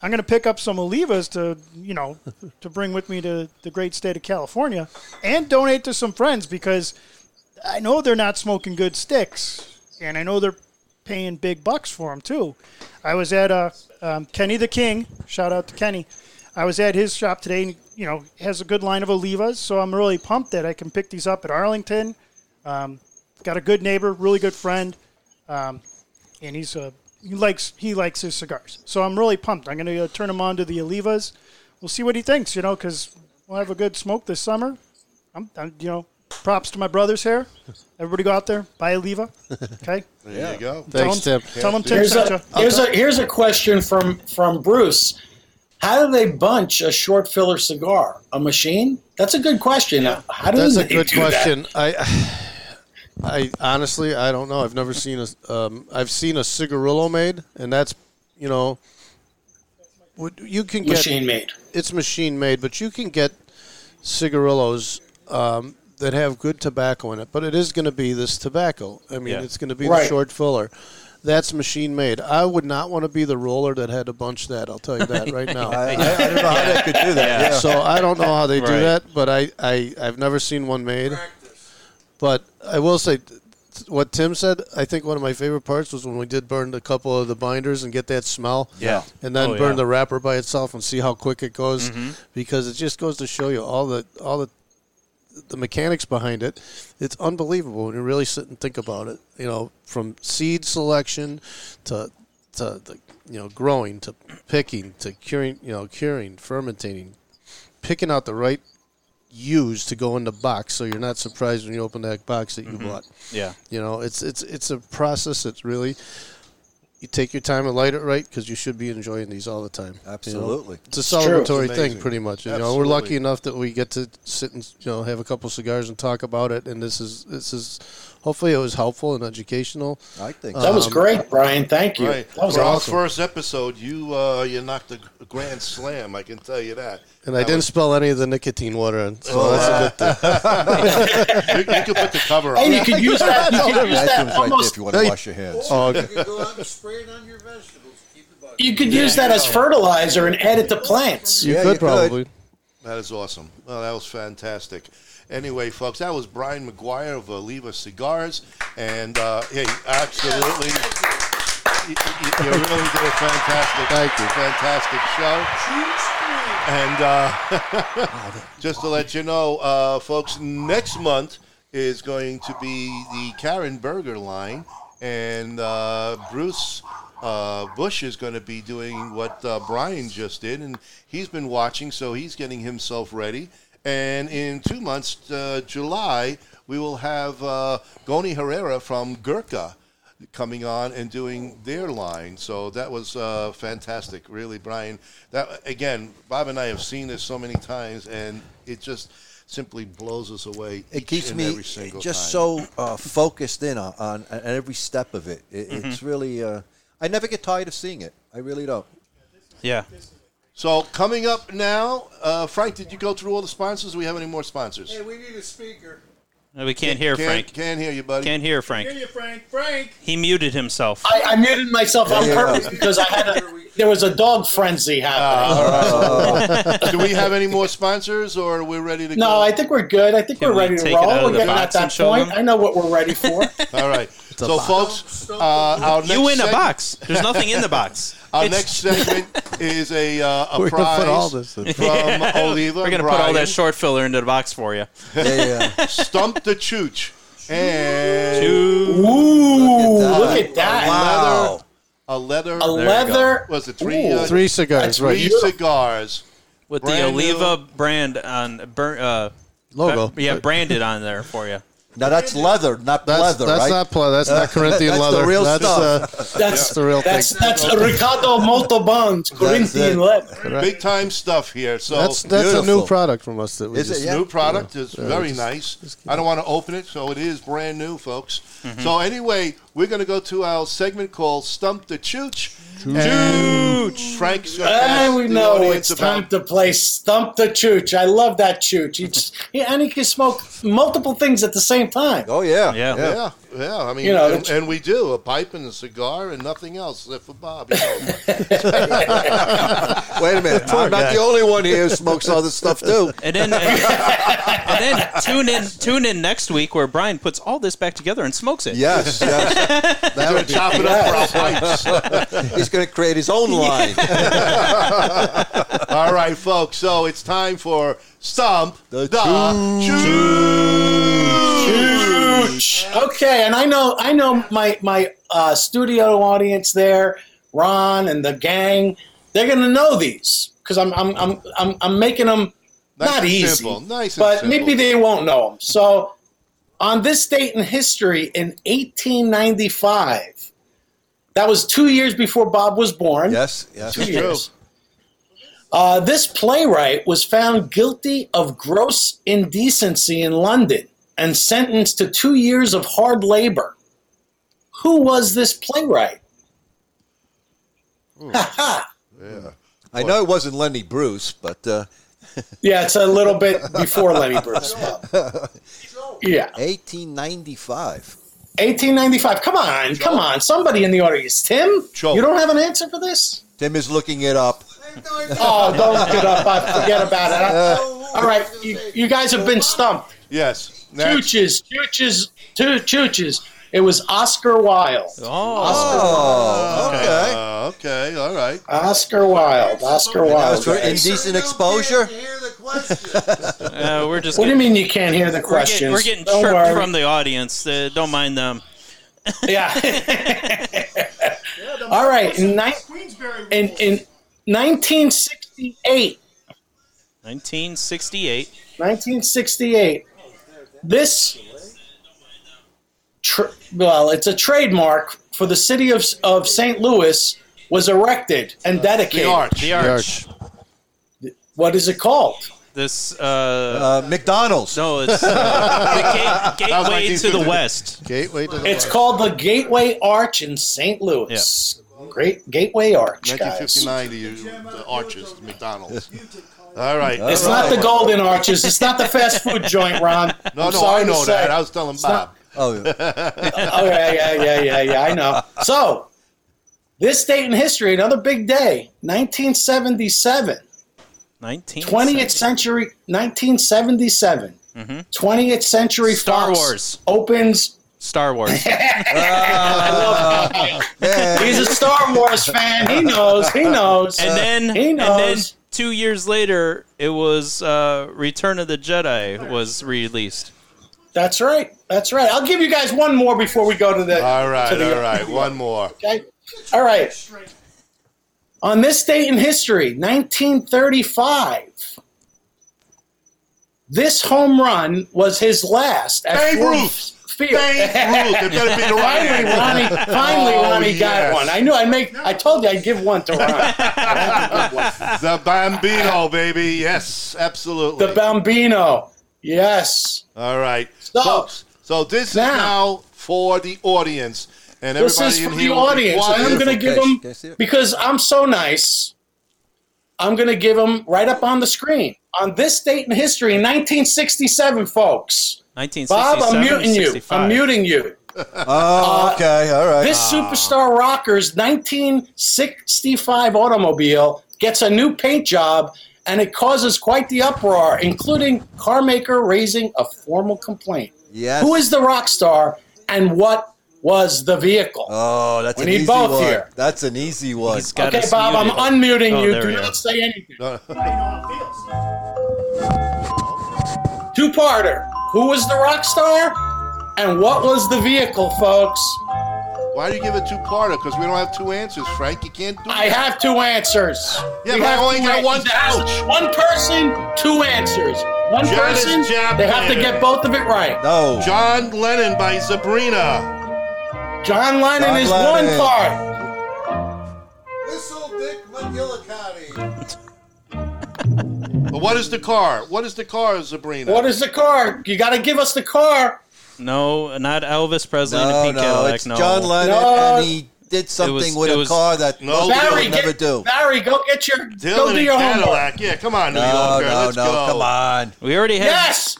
I'm going to pick up some olivas to, you know, to bring with me to the great state of California and donate to some friends because I know they're not smoking good sticks, and I know they're paying big bucks for them too. I was at uh, um, Kenny the King. Shout out to Kenny. I was at his shop today, and you know has a good line of olivas, so I'm really pumped that I can pick these up at Arlington. Um, got a good neighbor, really good friend, um, and he's a he likes he likes his cigars, so I'm really pumped. I'm gonna uh, turn him on to the olivas. We'll see what he thinks, you know, because we'll have a good smoke this summer. I'm, I'm you know. Props to my
(laughs)
brothers here. Everybody go out there, buy Oliva. Okay.
There you go.
Thanks,
tell
Tim.
them, Tell them Tim
Here's
sent
a,
you.
here's a here's a question from from Bruce. How do they bunch a short filler cigar? A machine? That's a good question. How do
That's
they
a good
do that?
question. I, I honestly, I don't know. I've never seen a. Um, I've seen a cigarillo made, and that's, you know, would- you can get
Machine made.
it's machine made, but you can get cigarillos um, that have good tobacco in it. But it is going to be this tobacco. I mean,
Yeah.
it's going to be
Right.
the short filler. That's machine made. I would not want to be the roller that had to bunch that. I'll tell you
(laughs)
that right now.
I, I, I don't know how they could do that. Yeah.
So I don't know how they do
Right.
that, but I, I, I've never seen one made. But I will say, th- what Tim said, I think one of my favorite parts was when we did burn a couple of the binders and get that smell.
Yeah.
And then
Oh,
burn
yeah. Mm-hmm.
the wrapper by itself and see how quick it goes, because it just goes to show you all the all the the mechanics behind it. It's unbelievable when you really sit and think about it. You know, from seed selection to to the, you know growing to picking to curing, you know curing, fermenting, picking out the right use to go in the box, so you're not surprised when you open that box that you bought.
Yeah.
You know, it's it's it's a process that's really you take your time and light it right because you should be enjoying these all the time. you know?
Absolutely.
it's a
true. It's
celebratory thing,
amazing.
pretty much. You know, we're
Absolutely.
lucky enough that we get to sit and you know have a couple cigars and talk about it, and this is this is hopefully it was helpful and educational. Um,
I think
That was great, Brian. Thank you.
Right.
That was
For our
awesome.
first episode, you uh, you knocked a g- grand slam. I can tell you that.
And I didn't spill any of the nicotine water in, so that's a good thing.
You, you can put the cover on.
Hey, you could use that.
(laughs)
You could use
Vacuum's
that
right there if
almost.
you want to wash your hands.
Oh, okay.
You go out and spray it on your vegetables. Keep it
You could use that as fertilizer and add it to plants.
You
Yeah,
could
you could.
probably.
That is awesome. Well, that was fantastic. Anyway, folks, that was Brian McGuire of Oliva Cigars, and uh, hey, absolutely, you, you- you really did a fantastic,
Thank you.
fantastic show. And uh, (laughs) just to let you know, uh, folks, next month is going to be the Karen Burger line, and uh, Bruce uh, Bush is going to be doing what uh, Brian just did, and he's been watching, so he's getting himself ready. And in two months, uh, July, we will have uh, Goni Herrera from Gurkha coming on and doing their line. So that was uh, fantastic, really, Brian. That again, Bob and I have seen this so many times, and it just simply blows us away.
it
each
keeps
and
me
every single
just
time.
so uh, focused in on, on, on every step of it. it
Mm-hmm.
It's really uh, I never get tired of seeing it. I really don't.
Yeah.
So coming up now, uh, Frank, did you go through all the sponsors? Do we have any more sponsors?
(laughs)
we need a speaker.
No, We can't hear
can't,
Frank.
Can't hear you, buddy.
Can't hear Frank.
you, Frank. Frank.
He muted himself.
I, I muted myself on
Yeah.
purpose because I had a, there was a dog frenzy happening.
Oh.
Do we have any more sponsors, or we're ready to
no,
go?
I think we're good. I think
Can
we're
we
ready to
take it out
roll.
of
We're
the
getting
box
at
and
that
show
point.
them?
I know what we're ready for.
(laughs)
(laughs)
all right. So, folks, uh, our next
You win a
seg-
box. There's nothing in the box.
(laughs) Our
It's-
next segment is
(laughs)
a, uh, a
We're gonna
prize
put all this in.
from Oliva.
We're gonna
Brian.
put all
(laughs)
that short filler into the box for you.
Yeah, yeah.
Stump the chooch. And
Ooh, look
that.
at that.
wow.
a leather.
A leather.
Was it three? uh,
Three cigars,
That's
right?
three cigars.
(laughs) with
Brand
the
new.
Oliva brand on bur- uh,
Logo.
bu- yeah, branded on there for you.
Now that's leather, not
That's,
leather,
that's
right?
not pl- That's
(laughs)
not Corinthian
That's the
leather.
real
that's,
(laughs) stuff.
Uh,
That's,
that's the real
that's,
thing.
that's Ricardo Montalban's
it.
Corinthian lip.
Big time stuff here. So
that's that's a new
Beautiful.
product from us that we
Is it?
just-
Yeah.
new product is very nice. I don't want to open it, so it is brand new, folks.
Mm-hmm.
So anyway, we're going to go to our segment called "Stump the Chooch." Chooch. Frank's going to
I
ask
we
the
know
audience
it's
about
time to play Stump the Chooch. I love that Chooch. He just, he, and he can smoke multiple things at the same time.
Oh yeah,
Yeah.
Yeah, yeah. I mean,
You know,
and,
it's-
and we do a pipe and a cigar and nothing else except
(laughs)
for Bob. You know.
(laughs) Wait a
(laughs)
minute, I'm not the only one here who smokes other stuff too.
(laughs) And
(laughs)
then, uh, and, then tune in tune in next week where Brian puts all this back together and smokes it. (laughs)
Yes, yes.
They're going to chop it up for our pipes.
(laughs) He's going to create his
(laughs)
own line.
All right, folks. So it's time for stump the,
The
Chooch.
Okay, and I know I know my my uh, studio audience there, Ron and the gang. They're gonna know these because I'm I'm, I'm I'm I'm making them
Nice
not
and
easy,
simple, nice and
but
simple.
maybe they won't know them. So, on this date in history, in 1895, that was two years before Bob was born.
Yes, yes.
two years. Uh, this playwright was found guilty of gross indecency in London and sentenced to two years of hard labor. Who was this playwright?
I know it wasn't Lenny Bruce, but uh,
Yeah, it's a little bit before Lenny
(laughs)
Bruce. Yeah,
1895.
1895. Come on, come on. Somebody in the audience. Tim,
Joe.
you don't have an answer for this?
Tim is looking it up.
Oh, don't look it up. I forget about it.
Uh,
I- all right, you, you guys have been stumped.
Yes. Next.
Chooches, chooches, two chooches. It was Oscar Wilde.
Oh, okay.
Uh, okay. All right.
Oscar Wilde. Oscar
That
Wilde.
was for
guys.
indecent exposure.
Uh, we're just
What do you
getting,
mean you can't hear the
we're getting,
questions?
we're getting
Don't
chirped
worry.
from the audience. Uh, don't mind them.
Yeah. All right. In, ni-
Queensberry.
in, in 1968,
1968.
1968, this. Tr- well, it's a trademark for the city of, of St. Louis was erected and dedicated.
The arch.
The Arch.
Arch.
What is it called?
This uh,
Uh, McDonald's.
no, it's uh, the gate, gateway to the west.
Gateway to the
It's called the Gateway Arch in St. Louis. Great Gateway Arch, guys.
1959 to you, the Arches, McDonald's. All right.
It's not the Golden Arches. It's not the fast food joint, Ron.
No,
I'm
no,
sorry
I
to
know
say.
that. I was telling Bob.
(laughs) Oh, yeah.
oh yeah, yeah, yeah, yeah, yeah. I know. So this date in history, another big day, 1977,
19th
20th century, 1977,
Mm-hmm.
20th century
Star
Fox
Wars.
opens.
Star
(laughs)
Wars. Uh,
He's a Star Wars fan. He knows. He knows.
and then
he
and then
knows.
two years later it was uh, return of the jedi was released
That's right. That's right. I'll give you guys one more before we go to the.
All right,
to the-
all right. One more.
Okay. All right. On this date in history, 1935, this home run was his last at
Babe
Ford
Ruth.
Field.
Babe Ruth. It better
(laughs)
be the right
Finally,
answer.
Ronnie, finally,
Oh,
Ronnie
yes.
got one. I knew I make. I told you I'd give one to Ronnie.
The Bambino, baby. Yes, absolutely.
the Bambino. Yes.
All right,
Stop.
folks. So this
Now.
is now for the audience, and
This
everybody
is
in
for
here
the
will be
audience.
quiet.
And I'm going to give
Okay,
them
can I see it?
because I'm so nice. I'm going to give them right up on the screen on this date in history, 1967, folks. Bob,
1967
I'm muting you.
65.
I'm muting you.
(laughs) oh, okay, all right.
This superstar rocker's 1965 automobile gets a new paint job, and it causes quite the uproar, including carmaker raising a formal complaint.
Yes.
Who is the rock star, and what was the vehicle?
Oh, that's
We
an
need
easy
both
one.
here.
That's an easy one.
He's got
okay,
us
Bob,
muted.
I'm unmuting
Oh,
you.
there
Do
we
not
are.
(laughs)
say anything. Two parter. Who was the rock star? And what was the vehicle, folks?
Why do you give a two-parter? Because we don't have two answers, Frank. You can't do.
I have two answers.
Yeah,
We
but I
have
only
two
got one
answers. One person, two answers. One
Janice
person,
Joplin.
they have to get both of it right.
no.
John Lennon by Sabrina.
John Lennon
John
is
Lennon.
one part.
Whistle Dick McGillicuddy. but what is the car? What is the car, Sabrina?
Uh, What is the car? You got to give us the car.
no not elvis presley in a
No,
pink
no,
cadillac
it's
no
John Lennon,
No.
and he did something
was-
with
it
a
was-
car that
No,
most
Barry,
Barry,
people would never
get,
do.
Barry, go get your, go
Dylan
do
and
your homework.
Cadillac. Yeah, come on, New
Uh,
No,
Yorker.
no,
Let's
no,
go.
come on.
we already had
Yes!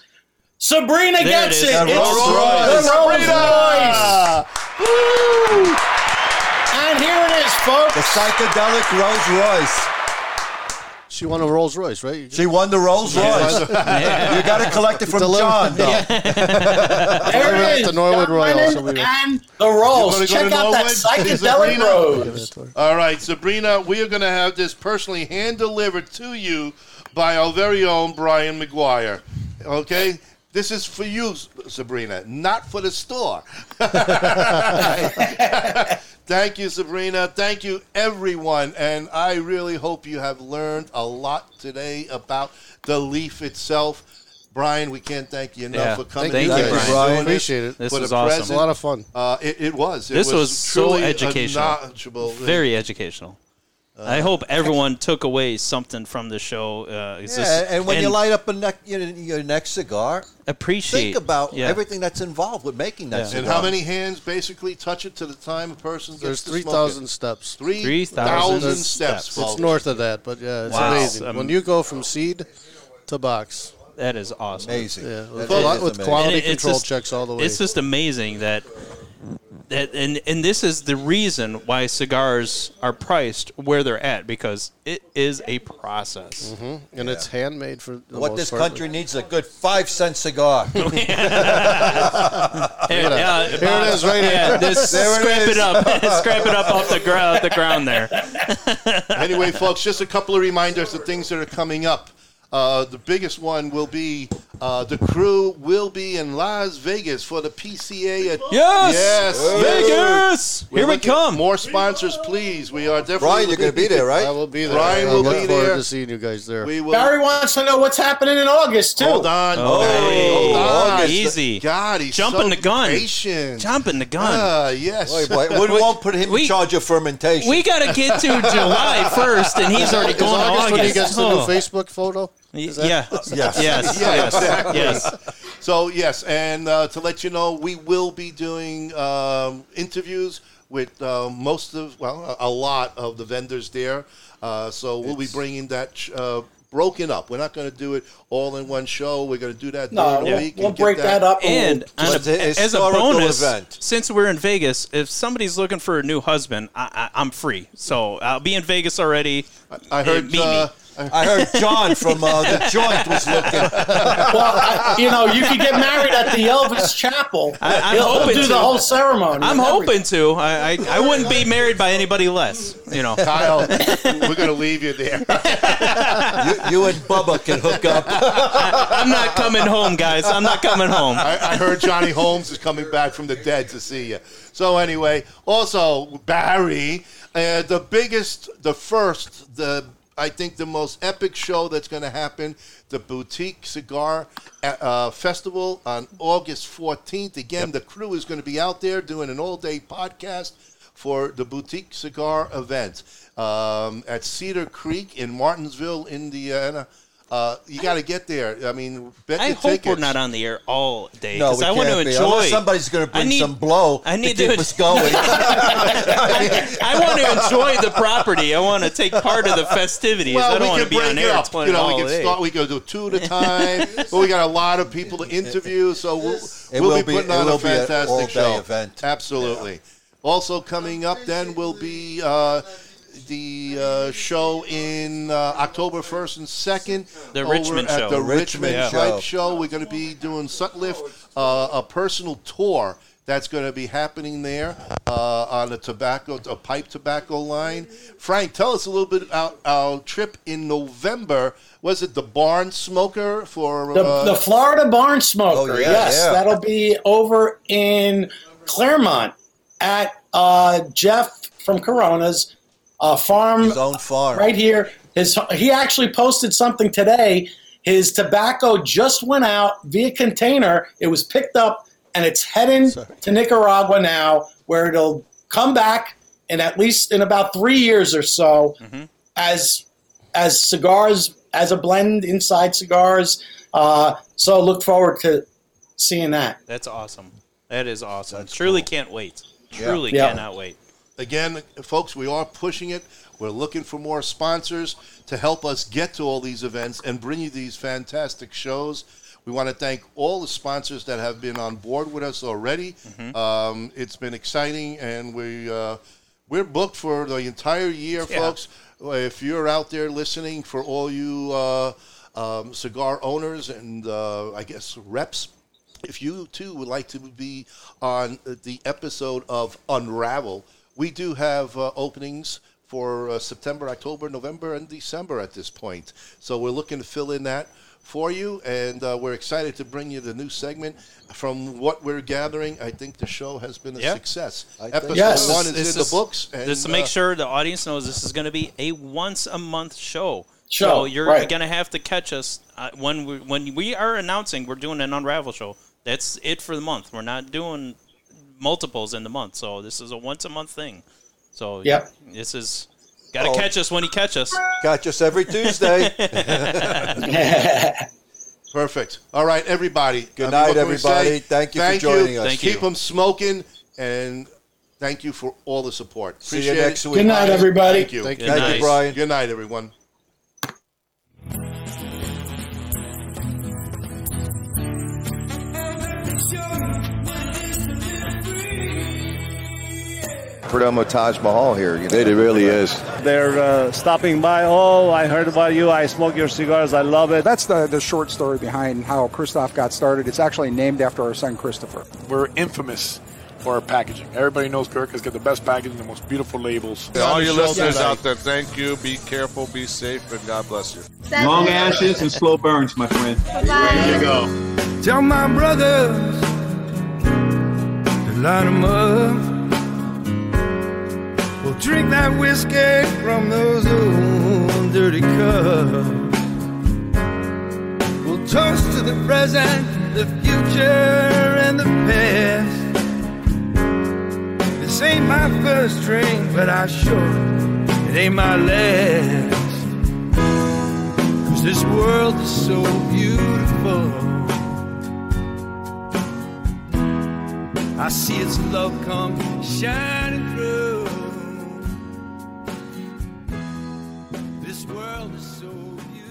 Sabrina
There
gets
it
it.
is.
The
It's
Rolls
the
Royce.
Rolls Royce.
Sabrina.
And here it is, folks.
The psychedelic Rolls Royce.
She won a Rolls Royce, right?
She won the Rolls Royce. You got to collect it from
Deliver-
John, though.
There
We're
it
at
is.
the Norwood
John
Royal,
Lennon
so we were-
and the
You wanna
Rolls.
go
Check
to
out that
Norwood?
psychedelic
Sabrina?
Rose.
All right, Sabrina, we are going to have this personally hand delivered to you by our very own Brian McGuire. Okay? This is for you, Sabrina, not for the store. (laughs) Thank you, Sabrina. Thank you, everyone. And I really hope you have learned a lot today about the leaf itself. Brian, we can't thank you enough
Yeah.
for coming.
Thank
today.
you, Brian.
Doing this
Appreciate it. uh,
This
for
was
the
awesome.
It's a lot of fun.
uh, it, it was. It
This
was,
was so
truly a
educational.
knowledgeable thing. Uh,
very educational i hope everyone took away something from the show uh, is this-
Yeah, and when you light up a neck, your, your next cigar,
appreciate
think about
yeah.
everything that's involved with making that
Yeah.
cigar.
And how many hands basically touch it to the time a person gets
There's
to
three
smoke
thousand
it?
steps.
3,000
3,000
steps,
steps.
folks.
It's north of that, but yeah, it's
Wow.
amazing.
Um,
when you go from seed to box,
that is awesome
Amazing.
yeah,
That
with,
is
quali- with
amazing.
quality
And it- it's
control
just-
checks all the way.
It's just amazing that that and and this is the reason why cigars are priced where they're at because it is a process.
Mm-hmm. and it's handmade for the (laughs)
What
most
this
part.
country needs is a good five cent
(laughs)
cigar.
Hey, yeah,
Here it is, right here.
yeah, just
There it
scrape it,
is.
up, (laughs) scrape it up off the ground, the ground there.
anyway, folks, just a couple of reminders of things that are coming up. Uh, the biggest one will be Uh, the crew will be in Las Vegas for the PCA. At-
Yes!
Yes!
Vegas!
We're
Here we
looking-
come.
More sponsors, please. We are definitely.
Brian, you're going to be there, right?
I will be there.
Brian
I
will
look
be
forward
there.
to seeing you guys there.
We will.
Barry wants to know what's happening in August too.
Hold on.
Oh,
Barry, hold on.
August. Easy.
God, he's
Jumping
so
the gun.
patient.
Jumping the gun.
Ah, yes.
Boy, boy, we won't put him
We-
in charge of fermentation.
we got to get to July 1st, and he's already
Is
going to
August
August.
when he gets the new
Oh.
Facebook photo?
Y-
that-
yeah. (laughs)
Yes.
Yes.
Yeah,
yes.
exactly.
Yes.
So yes, and uh, to let you know, we will be doing um, interviews with uh, most of, well, a a lot of the vendors there. Uh, so we'll be bringing that uh, broken up. We're not going to do it all in one show. We're going to do that
No,
during the
we'll,
week.
we'll
and get
break that, up.
And
we'll-
on
It's
a,
a
as a
Oh, historical
bonus,
event.
since we're in Vegas, if somebody's looking for a new husband, I, I, I'm free. So I'll be in Vegas already.
I
Hey,
heard.
meet
uh,
me.
I heard John from uh, the joint was looking.
well, I, you know, you could get married at the Elvis Chapel.
I- I'm
He'll- he'll
hoping
do
to.
the whole ceremony.
I'm
and everything.
hoping to. I, I, I wouldn't be married by anybody less, you know. (laughs)
Kyle, we're going to leave you there.
You, you and Bubba can hook up.
I'm not coming home, guys. I'm not coming home.
(laughs) I, I heard Johnny Holmes is coming back from the dead to see you. So anyway, also Barry, uh, the biggest, the first, the I think the most epic show that's going to happen, the Boutique Cigar uh, uh, Festival on August 14th. Again, the crew is going to be out there doing an all-day podcast for the boutique cigar event um, at Cedar Creek in Martinsville, Indiana. Uh, you got to get there. I mean, bet
I
your
hope
tickets.
we're not on the air all day
No,
because
we
I want to
can't be.
enjoy.
Unless somebody's going to
I
bring
need-
some blow
I need
to
to.
keep us
(laughs)
going.
I want to enjoy the property. I want to take part
(laughs)
of the festivities. I don't want to be
break
on
it
air
up.
20
You know,
all
we can
day.
start. We go do two
(laughs)
at a time. but we got a lot of people to interview, so we'll,
It
we'll
will
be
be-
putting
it
on a
will be an
fantastic
all-day
show.
event.
Absolutely. Also coming up then will be uh, the uh, show in uh, October first and second.
The
over
Richmond
at
show.
The Richmond
Richmond
Tribe
show.
show. We're going to be doing Sutliff uh, a personal tour. That's going to be happening there uh, on a tobacco, a pipe tobacco line. Frank, tell us a little bit about our trip in November. Was it the Barn Smoker for?
The,
uh,
the Florida Barn Smoker.
Oh, yeah,
yes,
yeah.
that'll be over in Claremont at uh, Jeff from Corona's uh, farm.
His own farm.
right here. His he actually posted something today. His tobacco just went out via container. It was picked up and it's heading to Nicaragua now, where it'll come back in at least in about three years or so
Mm-hmm.
as as cigars as a blend inside cigars. Uh, so look forward to seeing that.
That's awesome. That is awesome. Truly can't wait. Truly
Yeah.
cannot wait.
again, folks, we are pushing it. We're looking for more sponsors to help us get to all these events and bring you these fantastic shows. We want to thank all the sponsors that have been on board with us already. Um, it's been exciting, and we uh, we're booked for the entire year,
Yeah.
folks. If you're out there listening, for all you uh, um, cigar owners and uh, I guess reps, if you too would like to be on the episode of Unravel, we do have uh, openings for uh, September, October, November, and December at this point. So we're looking to fill in that for you, and uh, we're excited to bring you the new segment. From what we're gathering, I think the show has been a
Yeah.
success.
I think-
Episode
Yes.
one is
This
in
is-
the books. And,
Just to
uh,
make sure the audience knows this is going to be a once a month show.
Show,
so you're
right.
going to have to catch us uh, when we when we are announcing we're doing an unravel show. That's it for the month. We're not doing multiples in the month. So this is a once a month thing. So
Yep.
this is got to
Oh.
catch us when you catch us.
Catch us
(laughs)
every Tuesday. (laughs)
Perfect. All right, everybody. Good
night, everybody. Thank you for joining us.
Thank
Keep
you.
them smoking, and thank you for all the support.
See you
Appreciate
next
it.
week.
Good night, everybody.
Thank you.
Thank
Good
Thank
night.
you, Brian.
Good night, everyone.
Perdomo Taj Mahal here. You know? It really is.
They're uh, stopping by. Oh, I heard about you. I smoke your cigars. I love it.
That's the, the short story behind how Christoph got started. It's actually named after our son Christopher.
We're infamous
for our packaging. Everybody knows Kirk has got the best packaging, the most beautiful labels.
To all your listeners out there, thank you. Be careful, be safe, and God bless you.
Long ashes and slow burns, my friend.
There you go.
Tell my brothers to line 'em up. We'll drink that whiskey from those old dirty cups. We'll toast to the present, the future, and the past. This ain't my first drink, but I sure it ain't my last. Cause this world is so beautiful. I see its love come shining through. This world is so beautiful.